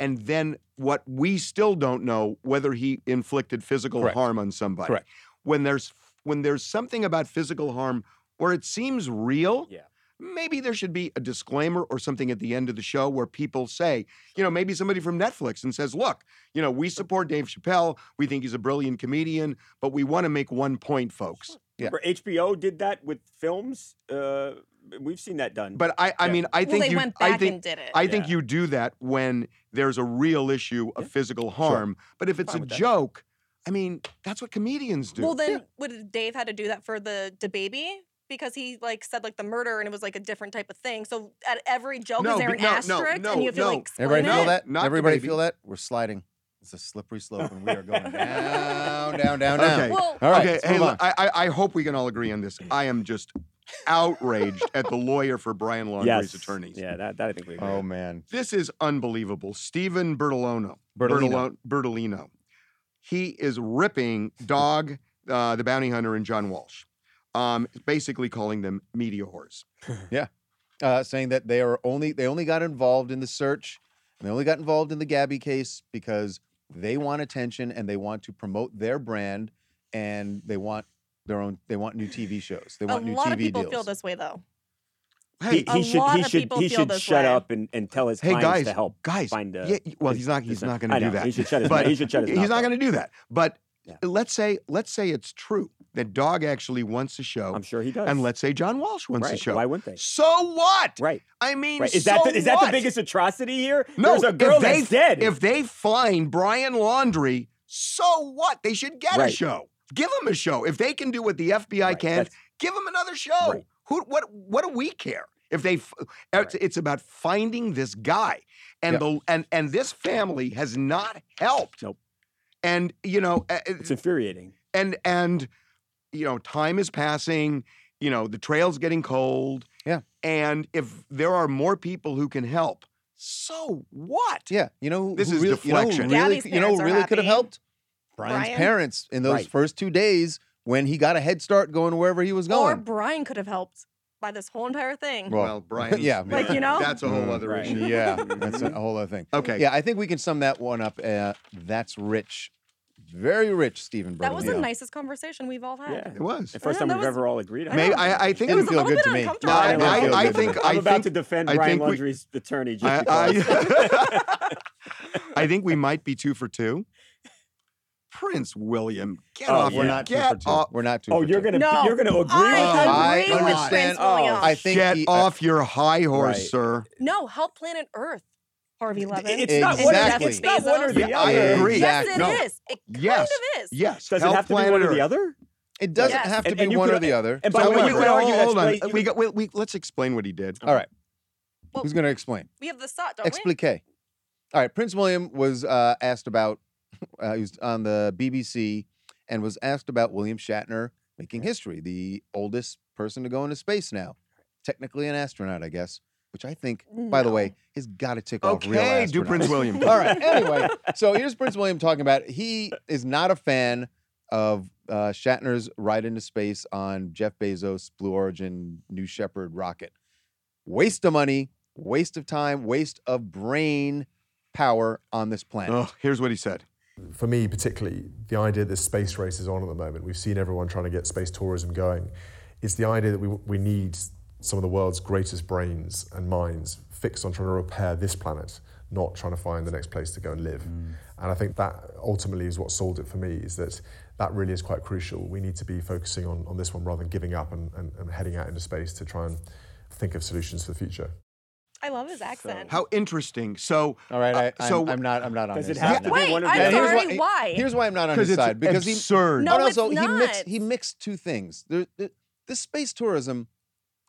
Speaker 1: and then what we still don't know whether he inflicted physical
Speaker 4: Correct.
Speaker 1: harm on somebody.
Speaker 4: Correct.
Speaker 1: When there's when there's something about physical harm where it seems real,
Speaker 3: Yeah.
Speaker 1: maybe there should be a disclaimer or something at the end of the show where people say, you know, maybe somebody from Netflix and says, look, you know, we support Dave Chappelle. We think he's a brilliant comedian, but we want to make one point, folks.
Speaker 4: Yeah.
Speaker 3: Remember, HBO did that with films. Uh, we've seen that done.
Speaker 1: But I, I
Speaker 3: Yeah.
Speaker 1: mean, I
Speaker 2: well,
Speaker 1: think
Speaker 2: they
Speaker 1: you,
Speaker 2: went
Speaker 1: I
Speaker 2: back
Speaker 1: think
Speaker 2: and did it.
Speaker 1: I think
Speaker 3: Yeah.
Speaker 1: you do that when there's a real issue of
Speaker 3: Yeah.
Speaker 1: physical harm. But if it's
Speaker 3: Fine
Speaker 1: a
Speaker 3: with that.
Speaker 1: joke, I mean, that's what comedians do.
Speaker 2: well, then would Dave had to do that for the the baby? Because he like said like the murder and it was like a different type of thing. So at every joke
Speaker 1: No,
Speaker 2: is there
Speaker 1: be-
Speaker 2: an
Speaker 1: no, no,
Speaker 2: asterisk
Speaker 1: no,
Speaker 2: and you have
Speaker 1: no.
Speaker 2: to like explain
Speaker 4: Everybody
Speaker 2: it?
Speaker 4: feel that?
Speaker 1: Not the
Speaker 4: Everybody
Speaker 1: baby.
Speaker 4: feel that? We're sliding. It's a slippery slope, and we are going down, down, down, down.
Speaker 1: Okay.
Speaker 2: Well,
Speaker 4: All right.
Speaker 1: okay,
Speaker 4: let's
Speaker 1: hey,
Speaker 4: move
Speaker 1: look,
Speaker 4: on.
Speaker 1: I, I I hope we can all agree on this. I am just outraged at the lawyer for Brian Laundrie's
Speaker 3: yes.
Speaker 1: attorneys.
Speaker 3: Yeah, that, that I think we agree.
Speaker 4: oh
Speaker 3: on.
Speaker 4: man,
Speaker 1: This is unbelievable. Stephen Bertolono.
Speaker 4: Bertolino.
Speaker 1: Bertolo- Bertolino. He is ripping Dog, uh, the Bounty Hunter, and John Walsh, um, basically calling them media whores.
Speaker 4: uh, saying that they are only they only got involved in the search, and they only got involved in the Gabby case because they want attention and they want to promote their brand, and they want their own. They want new TV shows. They
Speaker 2: a
Speaker 4: want new
Speaker 2: lot
Speaker 4: TV
Speaker 2: of people
Speaker 4: deals.
Speaker 2: feel this way though.
Speaker 1: Hey,
Speaker 3: he,
Speaker 2: a
Speaker 3: he should
Speaker 2: lot
Speaker 3: he
Speaker 2: of
Speaker 3: should
Speaker 2: people
Speaker 3: he
Speaker 2: feel
Speaker 3: should
Speaker 2: this
Speaker 3: shut
Speaker 2: way.
Speaker 3: up and, and tell his
Speaker 1: Hey,
Speaker 3: clients
Speaker 1: guys,
Speaker 3: to help
Speaker 1: guys,
Speaker 3: find uh,
Speaker 1: yeah, well,
Speaker 3: his-
Speaker 1: he's not.
Speaker 3: his
Speaker 1: He's
Speaker 3: son.
Speaker 1: not
Speaker 3: I
Speaker 1: going to do
Speaker 3: know,
Speaker 1: that.
Speaker 3: He should shut his
Speaker 1: But
Speaker 3: mouth. He should shut his
Speaker 1: He's
Speaker 3: mouth
Speaker 1: not
Speaker 3: up.
Speaker 1: going to do that. But
Speaker 3: Yeah.
Speaker 1: let's say, let's say it's true that Dog actually wants a show,
Speaker 3: I'm sure he does.
Speaker 1: and let's say John Walsh wants a
Speaker 3: Right,
Speaker 1: show.
Speaker 3: Why wouldn't they?
Speaker 1: So what?
Speaker 3: Right.
Speaker 1: I mean,
Speaker 3: Right. Is
Speaker 1: so
Speaker 3: that the, is that the
Speaker 1: what?
Speaker 3: biggest atrocity here?
Speaker 1: No,
Speaker 3: There's a girl
Speaker 1: if they,
Speaker 3: that's dead.
Speaker 1: If they find Brian Laundry, so what? They should get a
Speaker 3: Right.
Speaker 1: show. Give them a show. If they can do what the FBI
Speaker 3: Right,
Speaker 1: can,
Speaker 3: that's-
Speaker 1: give them another show.
Speaker 3: Right.
Speaker 1: Who? What? What do we care? If they, f- it's,
Speaker 3: Right.
Speaker 1: it's about finding this guy, and
Speaker 4: Yeah.
Speaker 1: the and and this family has not helped.
Speaker 3: Nope.
Speaker 1: And you know, uh,
Speaker 3: it's infuriating.
Speaker 1: and and you know, time is passing. You know, the trail's getting cold.
Speaker 4: Yeah.
Speaker 1: And if there are more people who can help, so what?
Speaker 4: Yeah, you know who-
Speaker 1: This
Speaker 4: who
Speaker 1: is
Speaker 4: really,
Speaker 1: deflection.
Speaker 4: You know, who really,
Speaker 2: Gabby's
Speaker 4: you know
Speaker 2: parents
Speaker 4: who
Speaker 2: are
Speaker 4: really could have
Speaker 2: happy.
Speaker 4: helped Brian's
Speaker 2: Brian?
Speaker 4: parents in those
Speaker 3: Right.
Speaker 4: first two days when he got a head start going wherever he was
Speaker 2: Or
Speaker 4: going.
Speaker 2: Brian could have helped by this whole entire thing.
Speaker 4: Well,
Speaker 1: Well, Brian.
Speaker 4: yeah,
Speaker 2: Like, you know?
Speaker 1: that's a whole
Speaker 4: Mm,
Speaker 1: other
Speaker 3: right.
Speaker 1: issue.
Speaker 4: yeah, that's a whole other thing.
Speaker 1: Okay.
Speaker 4: Yeah, I think we can sum that one up. Uh, that's rich, very rich, Stephen.
Speaker 2: that was the
Speaker 4: Bertolino.
Speaker 2: nicest conversation we've all had.
Speaker 3: Yeah.
Speaker 1: it was.
Speaker 3: The first
Speaker 2: Yeah,
Speaker 3: time
Speaker 2: that
Speaker 3: we've
Speaker 2: was-
Speaker 3: ever all agreed on.
Speaker 1: Maybe
Speaker 3: it.
Speaker 1: I, I think
Speaker 4: It
Speaker 1: it
Speaker 4: didn't
Speaker 1: was.
Speaker 2: a
Speaker 4: feel
Speaker 2: little
Speaker 4: good
Speaker 2: bit
Speaker 4: to me.
Speaker 1: No,
Speaker 2: uncomfortable.
Speaker 1: I,
Speaker 3: I don't
Speaker 1: I,
Speaker 3: feel
Speaker 1: I
Speaker 3: good
Speaker 1: think.
Speaker 4: about
Speaker 3: I'm
Speaker 1: I
Speaker 3: about
Speaker 1: think.
Speaker 3: to defend
Speaker 1: I
Speaker 3: Brian
Speaker 1: think we-
Speaker 3: Laundrie's attorney just
Speaker 1: I,
Speaker 3: because.
Speaker 1: I- I think we might be two for two. Prince William, get
Speaker 3: Oh,
Speaker 1: off!
Speaker 4: We're
Speaker 3: Yeah.
Speaker 4: not two
Speaker 1: Get
Speaker 4: for two.
Speaker 1: off!
Speaker 4: We're not two.
Speaker 3: oh,
Speaker 4: for
Speaker 3: you're
Speaker 4: two.
Speaker 3: gonna
Speaker 2: No.
Speaker 3: you're gonna agree with him?
Speaker 2: I
Speaker 4: I
Speaker 2: agree with
Speaker 4: understand.
Speaker 2: Prince
Speaker 3: Oh,
Speaker 2: William.
Speaker 4: I think
Speaker 1: Get
Speaker 4: he- I-
Speaker 1: off your high horse,
Speaker 4: Right.
Speaker 1: sure. sir.
Speaker 2: no, help planet Earth, Harvey Levin.
Speaker 3: It's not one.
Speaker 4: Exactly.
Speaker 3: Or, it's not one or the
Speaker 1: Yeah, I
Speaker 3: other.
Speaker 1: agree.
Speaker 2: Yes, it
Speaker 1: No.
Speaker 2: is. It
Speaker 1: Yes.
Speaker 2: kind of is.
Speaker 1: Yes.
Speaker 3: Does
Speaker 1: help
Speaker 3: it have to be
Speaker 1: planet
Speaker 3: one or the
Speaker 1: Earth.
Speaker 3: other?
Speaker 4: It doesn't
Speaker 2: Yes.
Speaker 4: have to
Speaker 3: And-
Speaker 4: be
Speaker 3: and you
Speaker 4: one
Speaker 3: could-
Speaker 4: or the other.
Speaker 3: and by
Speaker 1: So
Speaker 3: the
Speaker 1: wait,
Speaker 3: way,
Speaker 1: wait,
Speaker 3: you
Speaker 1: wait,
Speaker 3: could
Speaker 1: hold,
Speaker 3: argue
Speaker 1: hold on.
Speaker 3: explain- you
Speaker 1: we
Speaker 3: could-
Speaker 1: got. We, we, let's explain what he did.
Speaker 4: All right,
Speaker 2: Well,
Speaker 4: who's going to explain?
Speaker 2: we have the sot, don't we?
Speaker 4: Explique. All right, Prince William was uh, asked about. Uh, he was on the BBC and was asked about William Shatner making history, the oldest person to go into space now, technically an astronaut, I guess. which I think, by the way, has got to
Speaker 1: Oh,
Speaker 4: tick off real
Speaker 1: Okay,
Speaker 4: ass
Speaker 1: do Prince
Speaker 4: Bernard.
Speaker 1: William.
Speaker 4: All right. Anyway, so here's Prince William talking about he is not a fan of uh, Shatner's ride into space on Jeff Bezos' Blue Origin New Shepard rocket. Waste of money, waste of time, waste of brain power on this planet.
Speaker 1: Oh, here's what he said.
Speaker 7: for me particularly, the idea that space race is on at the moment, we've seen everyone trying to get space tourism going, it's the idea that we, we need some of the world's greatest brains and minds fixed on trying to repair this planet, not trying to find the next place to go and live. And I think that ultimately is what sold it for me, is that that really is quite crucial. We need to be focusing on, on this one rather than giving up and, and, and heading out into space to try and think of solutions for the future.
Speaker 2: I love his accent.
Speaker 1: How interesting. So,
Speaker 4: All right, I,
Speaker 1: uh, so
Speaker 4: I'm, I'm not. I'm not on
Speaker 3: Does
Speaker 4: his
Speaker 3: it
Speaker 4: side
Speaker 3: have to
Speaker 4: now.
Speaker 3: be
Speaker 2: Wait,
Speaker 3: one of
Speaker 2: I'm
Speaker 3: them?
Speaker 4: And here's why-
Speaker 2: sorry, why?
Speaker 4: Here's why I'm not on
Speaker 1: 'Cause
Speaker 4: his
Speaker 1: it's
Speaker 4: side because he
Speaker 1: absurd.
Speaker 2: No,
Speaker 4: and
Speaker 2: it's
Speaker 4: also he mixed
Speaker 2: not.
Speaker 4: he mixed two things. There, there- this space tourism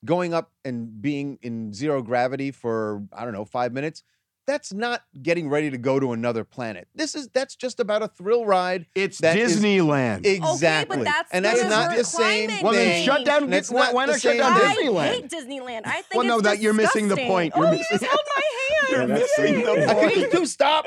Speaker 4: going up and being in zero gravity for I don't know five minutes. That's not getting ready to go to another planet. This is that's just about a thrill ride.
Speaker 1: it's
Speaker 4: that is-
Speaker 1: Disneyland.
Speaker 4: exactly,
Speaker 2: that's
Speaker 4: and
Speaker 2: the
Speaker 4: that's
Speaker 1: river
Speaker 4: not the same
Speaker 2: climbing
Speaker 4: thing.
Speaker 1: well, then
Speaker 2: thing.
Speaker 1: shut down.
Speaker 4: And it's
Speaker 1: why
Speaker 4: not
Speaker 1: why
Speaker 4: the
Speaker 1: not shut
Speaker 4: same
Speaker 1: down
Speaker 4: thing.
Speaker 2: I
Speaker 1: Disneyland?
Speaker 2: hate Disneyland. I think
Speaker 1: Well, no,
Speaker 2: it's
Speaker 1: that you're missing the
Speaker 2: disgusting.
Speaker 1: point.
Speaker 2: Oh,
Speaker 1: You're
Speaker 2: you just
Speaker 1: missing-
Speaker 2: held my hand.
Speaker 3: You're missing the
Speaker 4: I think you two stop.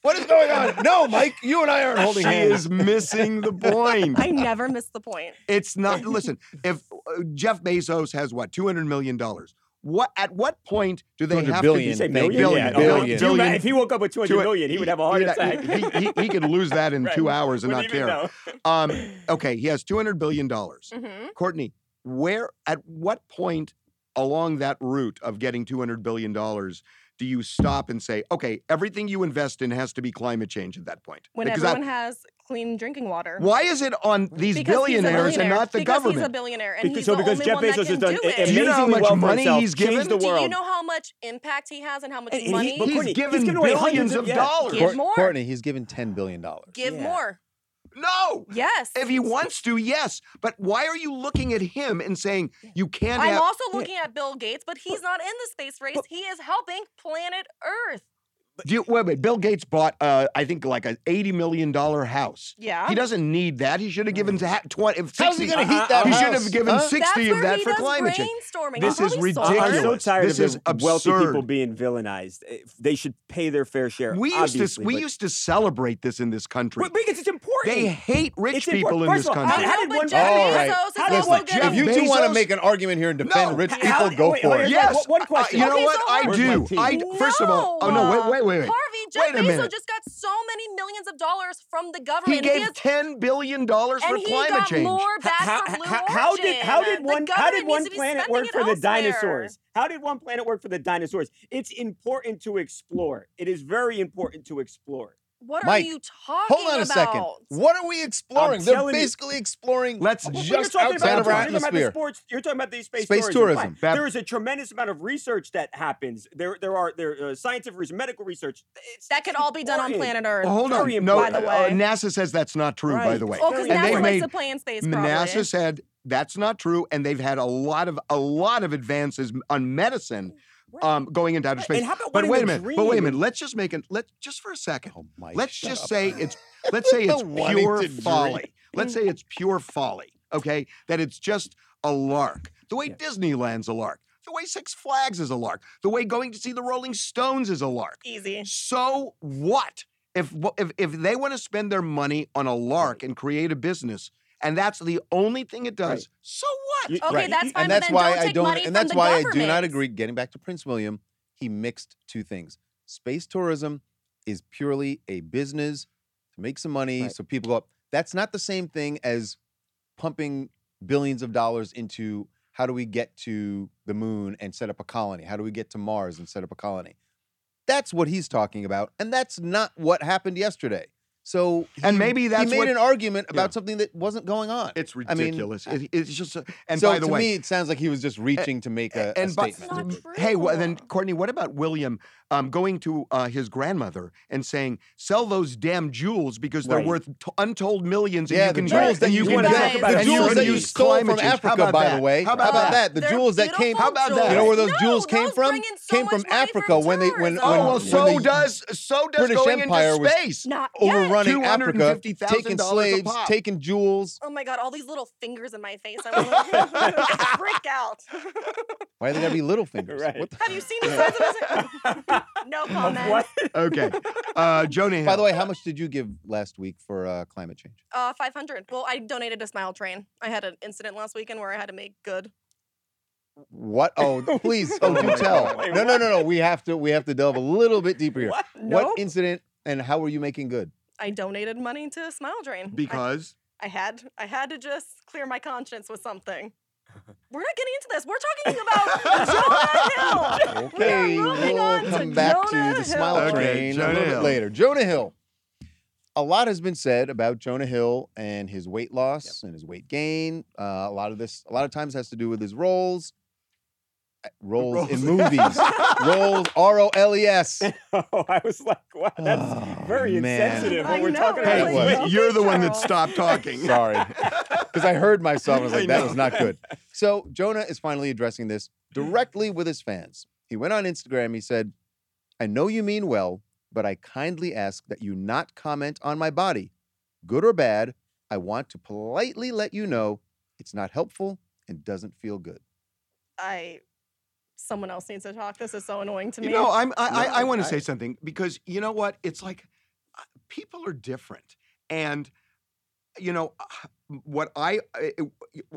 Speaker 4: What is going on? No, Mike, you and I aren't holding
Speaker 1: She
Speaker 4: hands.
Speaker 1: is missing the point.
Speaker 2: I never miss the point.
Speaker 1: It's not. Listen, if uh, Jeff Bezos has what two hundred million dollars, what at what point do they
Speaker 4: 200
Speaker 1: have
Speaker 4: billion.
Speaker 1: to
Speaker 3: You
Speaker 1: be
Speaker 3: say
Speaker 4: Billion,
Speaker 3: million? Yeah, no, no,
Speaker 4: billion. Billion.
Speaker 3: do you ma- If he woke up with two
Speaker 1: to
Speaker 3: hundred
Speaker 1: it.
Speaker 3: million, he would have a heart
Speaker 1: He'd-
Speaker 3: attack.
Speaker 1: He, he, he could lose that in
Speaker 3: Right.
Speaker 1: two hours and
Speaker 3: Wouldn't
Speaker 1: not care.
Speaker 3: even know. Mm-hmm.
Speaker 1: Um, okay, he has two hundred billion dollars.
Speaker 2: hmm
Speaker 1: Courtney, where at what point along that route of getting two hundred billion dollars do you stop and say, okay, everything you invest in has to be climate change at that point?
Speaker 2: When
Speaker 1: Because I-
Speaker 2: everyone has clean drinking water.
Speaker 1: why is it on these
Speaker 2: Because he's a
Speaker 1: billionaires and
Speaker 2: billionaire.
Speaker 1: not the
Speaker 2: because
Speaker 1: government?
Speaker 2: He's a billionaire, and
Speaker 3: Because-
Speaker 2: he's
Speaker 3: so
Speaker 2: the
Speaker 3: because
Speaker 2: only
Speaker 3: Jeff
Speaker 2: one
Speaker 3: Bezos
Speaker 2: that can
Speaker 3: has done
Speaker 2: do
Speaker 3: a-
Speaker 2: it.
Speaker 1: Do you know how
Speaker 3: amazingly
Speaker 1: much
Speaker 3: well for
Speaker 1: money
Speaker 3: himself,
Speaker 1: he's
Speaker 3: changed
Speaker 1: given?
Speaker 3: the
Speaker 2: Do
Speaker 3: world.
Speaker 2: you know how much impact he has and how much
Speaker 3: And he-
Speaker 2: money?
Speaker 3: but
Speaker 1: he's
Speaker 3: Courtney,
Speaker 1: given
Speaker 3: he's given away
Speaker 1: billions
Speaker 3: hundreds
Speaker 1: of
Speaker 3: of- yeah.
Speaker 1: dollars.
Speaker 2: Give more.
Speaker 4: Courtney, he's given ten billion dollars.
Speaker 2: Give
Speaker 3: Yeah.
Speaker 2: more.
Speaker 1: No.
Speaker 2: Yes.
Speaker 1: If he wants to, yes. But why are you looking at him and saying you can't
Speaker 2: I'm
Speaker 1: have?
Speaker 2: also looking at Bill Gates, but he's not in the space race. he is helping planet Earth.
Speaker 1: Do you, wait a minute. Bill Gates bought, uh, I think, like an eighty million dollar house.
Speaker 2: Yeah.
Speaker 1: He doesn't need that. He should have given to ha- twenty. If 60,
Speaker 4: How's he going
Speaker 3: Uh,
Speaker 4: to
Speaker 3: uh,
Speaker 4: heat that?
Speaker 1: He
Speaker 4: house?
Speaker 1: should have given
Speaker 4: huh?
Speaker 2: That's
Speaker 1: sixty
Speaker 2: where
Speaker 1: of that
Speaker 2: he
Speaker 1: for
Speaker 2: does
Speaker 1: climate change.
Speaker 2: brainstorming.
Speaker 1: This
Speaker 2: I'm
Speaker 1: is
Speaker 2: really
Speaker 3: I- I'm
Speaker 2: sorry.
Speaker 3: so
Speaker 1: ridiculous.
Speaker 3: tired
Speaker 1: This
Speaker 3: of
Speaker 1: is
Speaker 3: the wealthy people
Speaker 1: absurd.
Speaker 3: being villainized. If They should pay their fair share.
Speaker 1: We used to
Speaker 3: obviously,
Speaker 1: we
Speaker 3: but-
Speaker 1: used to celebrate this in this country.
Speaker 3: But- because it's important.
Speaker 1: they hate rich
Speaker 3: It's
Speaker 1: people in
Speaker 3: important.
Speaker 1: this
Speaker 3: First of all,
Speaker 1: country.
Speaker 2: I
Speaker 3: How did
Speaker 2: know, but
Speaker 3: one-
Speaker 2: Jeff
Speaker 4: All right.
Speaker 2: Bezos is
Speaker 3: How did
Speaker 2: also
Speaker 3: one-
Speaker 2: good.
Speaker 1: Jeff
Speaker 4: If you two want to
Speaker 1: Bezos-
Speaker 4: make an argument here and defend
Speaker 1: No.
Speaker 4: rich people,
Speaker 3: How-
Speaker 4: go
Speaker 3: wait,
Speaker 4: for
Speaker 3: wait,
Speaker 4: it.
Speaker 3: wait.
Speaker 1: Yes,
Speaker 3: One- one
Speaker 1: I- I-
Speaker 3: question.
Speaker 1: you know
Speaker 2: Okay,
Speaker 1: what?
Speaker 2: so
Speaker 1: I
Speaker 2: what?
Speaker 1: do.
Speaker 3: Where's my
Speaker 1: I
Speaker 3: tea?
Speaker 1: first of all, oh no, wait, wait, wait, wait.
Speaker 2: Harvey,
Speaker 1: wait
Speaker 2: Jeff
Speaker 1: a minute.
Speaker 2: Bezos just got so many millions of dollars from the
Speaker 1: he
Speaker 2: government.
Speaker 1: gave
Speaker 2: and has-
Speaker 1: ten billion dollars for
Speaker 2: and he
Speaker 1: climate
Speaker 2: got
Speaker 1: change.
Speaker 2: more back
Speaker 3: how,
Speaker 2: for Blue
Speaker 3: how- how did how did
Speaker 2: Origin.
Speaker 3: one
Speaker 2: the
Speaker 3: how
Speaker 2: government
Speaker 3: did
Speaker 2: needs
Speaker 3: one
Speaker 2: to be
Speaker 3: planet
Speaker 2: spending
Speaker 3: work
Speaker 2: it
Speaker 3: for the
Speaker 2: elsewhere.
Speaker 3: dinosaurs? How did one planet work for the dinosaurs? It's important to explore. It is very important to explore.
Speaker 2: What
Speaker 4: Mike,
Speaker 2: are you talking
Speaker 4: Hold on a
Speaker 2: about?
Speaker 4: second. What are we exploring?
Speaker 3: I'm
Speaker 4: They're
Speaker 3: telling you.
Speaker 4: basically exploring
Speaker 1: Let's-
Speaker 3: Well,
Speaker 1: Just
Speaker 3: you're
Speaker 4: just
Speaker 3: talking
Speaker 4: outside
Speaker 3: about,
Speaker 4: of our
Speaker 3: you're talking about the
Speaker 4: atmosphere.
Speaker 3: sports. You're talking about the space,
Speaker 4: Space tourism.
Speaker 3: Fine.
Speaker 1: Bab-
Speaker 3: There is a tremendous amount of research that happens. There, there are there uh, scientific research, medical research. It's,
Speaker 2: That could all be done on
Speaker 3: important.
Speaker 2: planet Earth.
Speaker 1: Oh, hold on.
Speaker 3: Very
Speaker 1: No,
Speaker 2: important. By the
Speaker 1: uh,
Speaker 2: way.
Speaker 1: NASA says that's not true. By
Speaker 3: Right.
Speaker 1: the way,
Speaker 2: Oh, because
Speaker 3: Very
Speaker 1: and
Speaker 2: NASA
Speaker 1: they
Speaker 3: important.
Speaker 1: made
Speaker 2: likes to play in space. Probably.
Speaker 1: NASA said that's not true, and they've had a lot of a lot of advances m- on medicine
Speaker 3: Right.
Speaker 1: um, going into outer
Speaker 3: Right.
Speaker 1: space.
Speaker 3: And how about
Speaker 1: but
Speaker 3: winning
Speaker 1: wait a
Speaker 3: the
Speaker 1: minute. But wait a
Speaker 3: dream?
Speaker 1: minute. Let's just make it. Let's just for a second.
Speaker 4: Oh, Mike,
Speaker 1: let's
Speaker 4: shut
Speaker 1: just
Speaker 4: up.
Speaker 1: say it's. Let's say it's
Speaker 4: The wanting
Speaker 1: pure
Speaker 4: to
Speaker 1: folly.
Speaker 4: drink.
Speaker 1: Let's say it's pure folly. Okay, that it's just a lark. The way Disneyland's a lark. The way Six Flags is a lark. The way going to see the Rolling Stones is a lark.
Speaker 2: Easy.
Speaker 1: So what? If if if they want to spend their money on a lark and create a business, and that's the only thing it does,
Speaker 3: Right.
Speaker 1: so what? Oh,
Speaker 3: You-
Speaker 2: Okay,
Speaker 3: right.
Speaker 2: that's fine.
Speaker 4: and
Speaker 2: but
Speaker 4: that's
Speaker 2: then
Speaker 4: why
Speaker 2: don't
Speaker 4: I
Speaker 2: take
Speaker 4: don't.
Speaker 2: money
Speaker 4: And
Speaker 2: from
Speaker 4: that's
Speaker 2: the
Speaker 4: why I do
Speaker 2: government.
Speaker 4: not agree. Getting back to Prince William, he mixed two things. Space tourism is purely a business to make some money,
Speaker 3: Right.
Speaker 4: so people go up. That's not the same thing as pumping billions of dollars into how do we get to the moon and set up a colony? How do we get to Mars and set up a colony? That's what he's talking about, and that's not what happened yesterday. So,
Speaker 1: And
Speaker 4: he-
Speaker 1: maybe that's
Speaker 4: he made
Speaker 1: what-
Speaker 4: an argument
Speaker 1: Yeah.
Speaker 4: about something that wasn't going on.
Speaker 1: It's
Speaker 4: I mean,
Speaker 1: ridiculous. It- it's just. a- And
Speaker 4: so
Speaker 1: by the
Speaker 4: to
Speaker 1: way,
Speaker 4: me, it sounds like he was just reaching to make uh, a, a
Speaker 1: and by-
Speaker 4: statement.
Speaker 2: It's not
Speaker 1: hey, well, then
Speaker 2: true.
Speaker 1: Courtney, what about William um, going to uh, his grandmother and saying, "Sell those damn jewels because they're
Speaker 3: Right.
Speaker 1: worth t- untold millions, and
Speaker 4: yeah,
Speaker 1: you
Speaker 4: the
Speaker 1: can
Speaker 4: jewels
Speaker 1: use,
Speaker 4: that
Speaker 1: and
Speaker 4: you,
Speaker 1: can
Speaker 2: wanna
Speaker 4: got-
Speaker 1: get-
Speaker 2: take
Speaker 1: and
Speaker 2: back.
Speaker 4: the
Speaker 1: you
Speaker 4: jewels
Speaker 1: can
Speaker 4: that you
Speaker 1: use
Speaker 4: stole
Speaker 1: climate
Speaker 4: from
Speaker 1: change." How
Speaker 4: Africa,
Speaker 1: about
Speaker 4: by the
Speaker 1: that?
Speaker 4: way.
Speaker 1: How about, that?
Speaker 4: The
Speaker 2: They're
Speaker 4: jewels that came.
Speaker 2: beautiful
Speaker 1: How about that?
Speaker 2: jewels.
Speaker 4: You know where those
Speaker 2: No,
Speaker 4: jewels came
Speaker 2: those
Speaker 4: from?
Speaker 2: bring in so
Speaker 4: came from
Speaker 2: much money
Speaker 4: Africa when they when when,
Speaker 2: tourism.
Speaker 1: Oh well,
Speaker 4: when
Speaker 1: so
Speaker 4: the
Speaker 1: does so does
Speaker 4: British
Speaker 1: going
Speaker 4: Empire
Speaker 1: into
Speaker 4: was-
Speaker 1: space.
Speaker 2: Not yet.
Speaker 4: overrunning Africa,
Speaker 1: $250,000
Speaker 4: taking
Speaker 1: a
Speaker 4: slaves,
Speaker 1: pop.
Speaker 4: taking jewels.
Speaker 2: Oh my god, all these little fingers in my face. I want to freak out.
Speaker 4: Why are they gotta be little fingers?
Speaker 3: Right.
Speaker 4: What the-
Speaker 2: Have you seen the size of his? no comment.
Speaker 3: What?
Speaker 1: Okay. Uh, Jonah.
Speaker 4: By the way, how much did you give last week for uh, climate change?
Speaker 2: Uh, 500. Well, I donated to Smile Train. I had an incident last weekend where I had to make good.
Speaker 4: What? Oh, please! Oh, do tell.
Speaker 3: Wait,
Speaker 4: No, no, no, no. We have to. We have to delve a little bit deeper here.
Speaker 3: What?
Speaker 2: Nope.
Speaker 4: incident and how were you making good?
Speaker 2: I donated money to Smile Drain. I,
Speaker 1: because
Speaker 2: I had I had to just clear my conscience with something. We're not getting into this. We're talking about Jonah Hill.
Speaker 4: Okay,
Speaker 2: We are moving on
Speaker 4: we'll
Speaker 2: to
Speaker 4: come back
Speaker 2: Jonah
Speaker 4: to the
Speaker 2: Hill.
Speaker 4: smile
Speaker 1: Okay,
Speaker 4: train a
Speaker 1: Jonah
Speaker 4: little bit
Speaker 1: Hill.
Speaker 4: later. Jonah Hill. A lot has been said about Jonah Hill and his weight loss and his weight gain. Uh, a lot of this, a lot of times, has to do with his roles, Uh, roles, in movies, roles, R O L E S.
Speaker 3: Oh, I was like, wow, that's
Speaker 4: Oh,
Speaker 3: very
Speaker 4: man.
Speaker 3: insensitive.
Speaker 2: I
Speaker 3: What we're
Speaker 2: know,
Speaker 3: talking
Speaker 2: right?
Speaker 3: about.
Speaker 4: Hey,
Speaker 3: is weight.
Speaker 4: what?
Speaker 2: Well,
Speaker 1: you're the one that
Speaker 2: Charles.
Speaker 1: stopped talking.
Speaker 4: Sorry, because I heard myself. I was
Speaker 1: I
Speaker 4: like, that
Speaker 1: know.
Speaker 4: was not good. So Jonah is finally addressing this directly with his fans. He went on Instagram. He said, "I know you mean well, but I kindly ask that you not comment on my body, good or bad. I want to politely let you know it's not helpful and doesn't feel good."
Speaker 2: I. Someone else needs to talk. This is so annoying to me.
Speaker 1: You know, I'm, I, I, I
Speaker 4: No,
Speaker 1: want
Speaker 4: I-
Speaker 1: to say something because you know what? It's like uh, people are different. And, you know, uh, what I, I-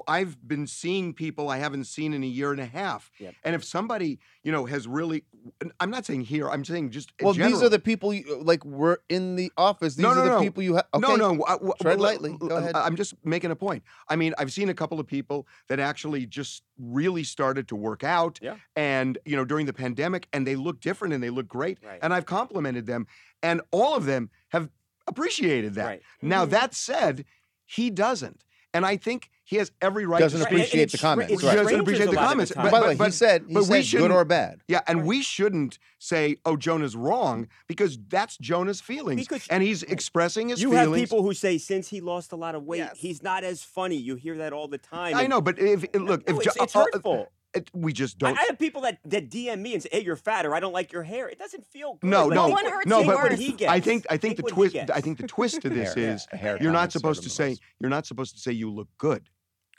Speaker 1: I've been seeing people I haven't seen in a year and a half.
Speaker 3: Yep.
Speaker 1: And if somebody, you know, has really, and I'm not saying here, I'm saying just.
Speaker 4: Well, these are
Speaker 1: generally.
Speaker 4: the people. You, like we're in the office. These
Speaker 1: No,
Speaker 4: are
Speaker 1: no,
Speaker 4: the
Speaker 1: no.
Speaker 4: people you. Ha- okay.
Speaker 1: No, no. I, w-
Speaker 4: Tread
Speaker 1: well,
Speaker 4: lightly. Go
Speaker 1: l-
Speaker 4: ahead.
Speaker 1: I'm just making a point. I mean, I've seen a couple of people that actually just really started to work out,
Speaker 3: Yeah.
Speaker 1: and you know, during the pandemic, and they look different and they look great.
Speaker 3: Right.
Speaker 1: And I've complimented them, and all of them have appreciated that.
Speaker 3: Right. Mm-hmm.
Speaker 1: Now
Speaker 2: Mhm.
Speaker 1: that said, he doesn't, and I think he has every right
Speaker 4: Doesn't
Speaker 1: to
Speaker 3: Right,
Speaker 1: speak-
Speaker 3: and- and
Speaker 4: appreciate
Speaker 3: it
Speaker 4: the
Speaker 3: stra-
Speaker 4: comments,
Speaker 3: it
Speaker 4: right.
Speaker 1: doesn't
Speaker 3: strangers
Speaker 1: appreciate
Speaker 3: a
Speaker 1: the
Speaker 3: lot at
Speaker 1: comments,
Speaker 3: time.
Speaker 4: By the
Speaker 1: but-
Speaker 4: way, he
Speaker 1: but-
Speaker 4: said, he
Speaker 1: but we
Speaker 4: said good
Speaker 1: shouldn't-
Speaker 4: or bad.
Speaker 1: Yeah, and
Speaker 2: Right.
Speaker 1: we shouldn't say, "Oh, Jonah's wrong," because that's Jonah's feelings,
Speaker 3: Because-
Speaker 1: and he's expressing his
Speaker 3: you
Speaker 1: feelings.
Speaker 3: have people who say since he lost a lot of weight,
Speaker 2: Yes.
Speaker 3: he's not as funny. You hear that all the time.
Speaker 1: I
Speaker 3: and-
Speaker 1: know, but if look,
Speaker 3: No,
Speaker 1: if
Speaker 3: it's,
Speaker 1: Jo-
Speaker 3: it's
Speaker 1: uh, uh,
Speaker 3: hurtful.
Speaker 1: it, we just
Speaker 3: I,
Speaker 1: don't.
Speaker 3: I have people that, that DM me and say, "Hey, you're fat," or "I don't like your hair." It doesn't feel good.
Speaker 1: No,
Speaker 3: Like,
Speaker 1: no,
Speaker 3: take
Speaker 2: One
Speaker 3: what-
Speaker 2: hurts
Speaker 1: no.
Speaker 3: take
Speaker 2: the
Speaker 1: But
Speaker 3: what
Speaker 2: worse.
Speaker 3: he gets.
Speaker 1: I think I think
Speaker 3: Take
Speaker 1: the
Speaker 3: what he
Speaker 1: twist.
Speaker 3: gets.
Speaker 1: I think the twist to this
Speaker 4: Hair-
Speaker 1: is
Speaker 4: hair
Speaker 1: you're not
Speaker 4: comments are
Speaker 1: supposed to
Speaker 4: the
Speaker 1: say
Speaker 4: most-
Speaker 1: you're not supposed to say you look good.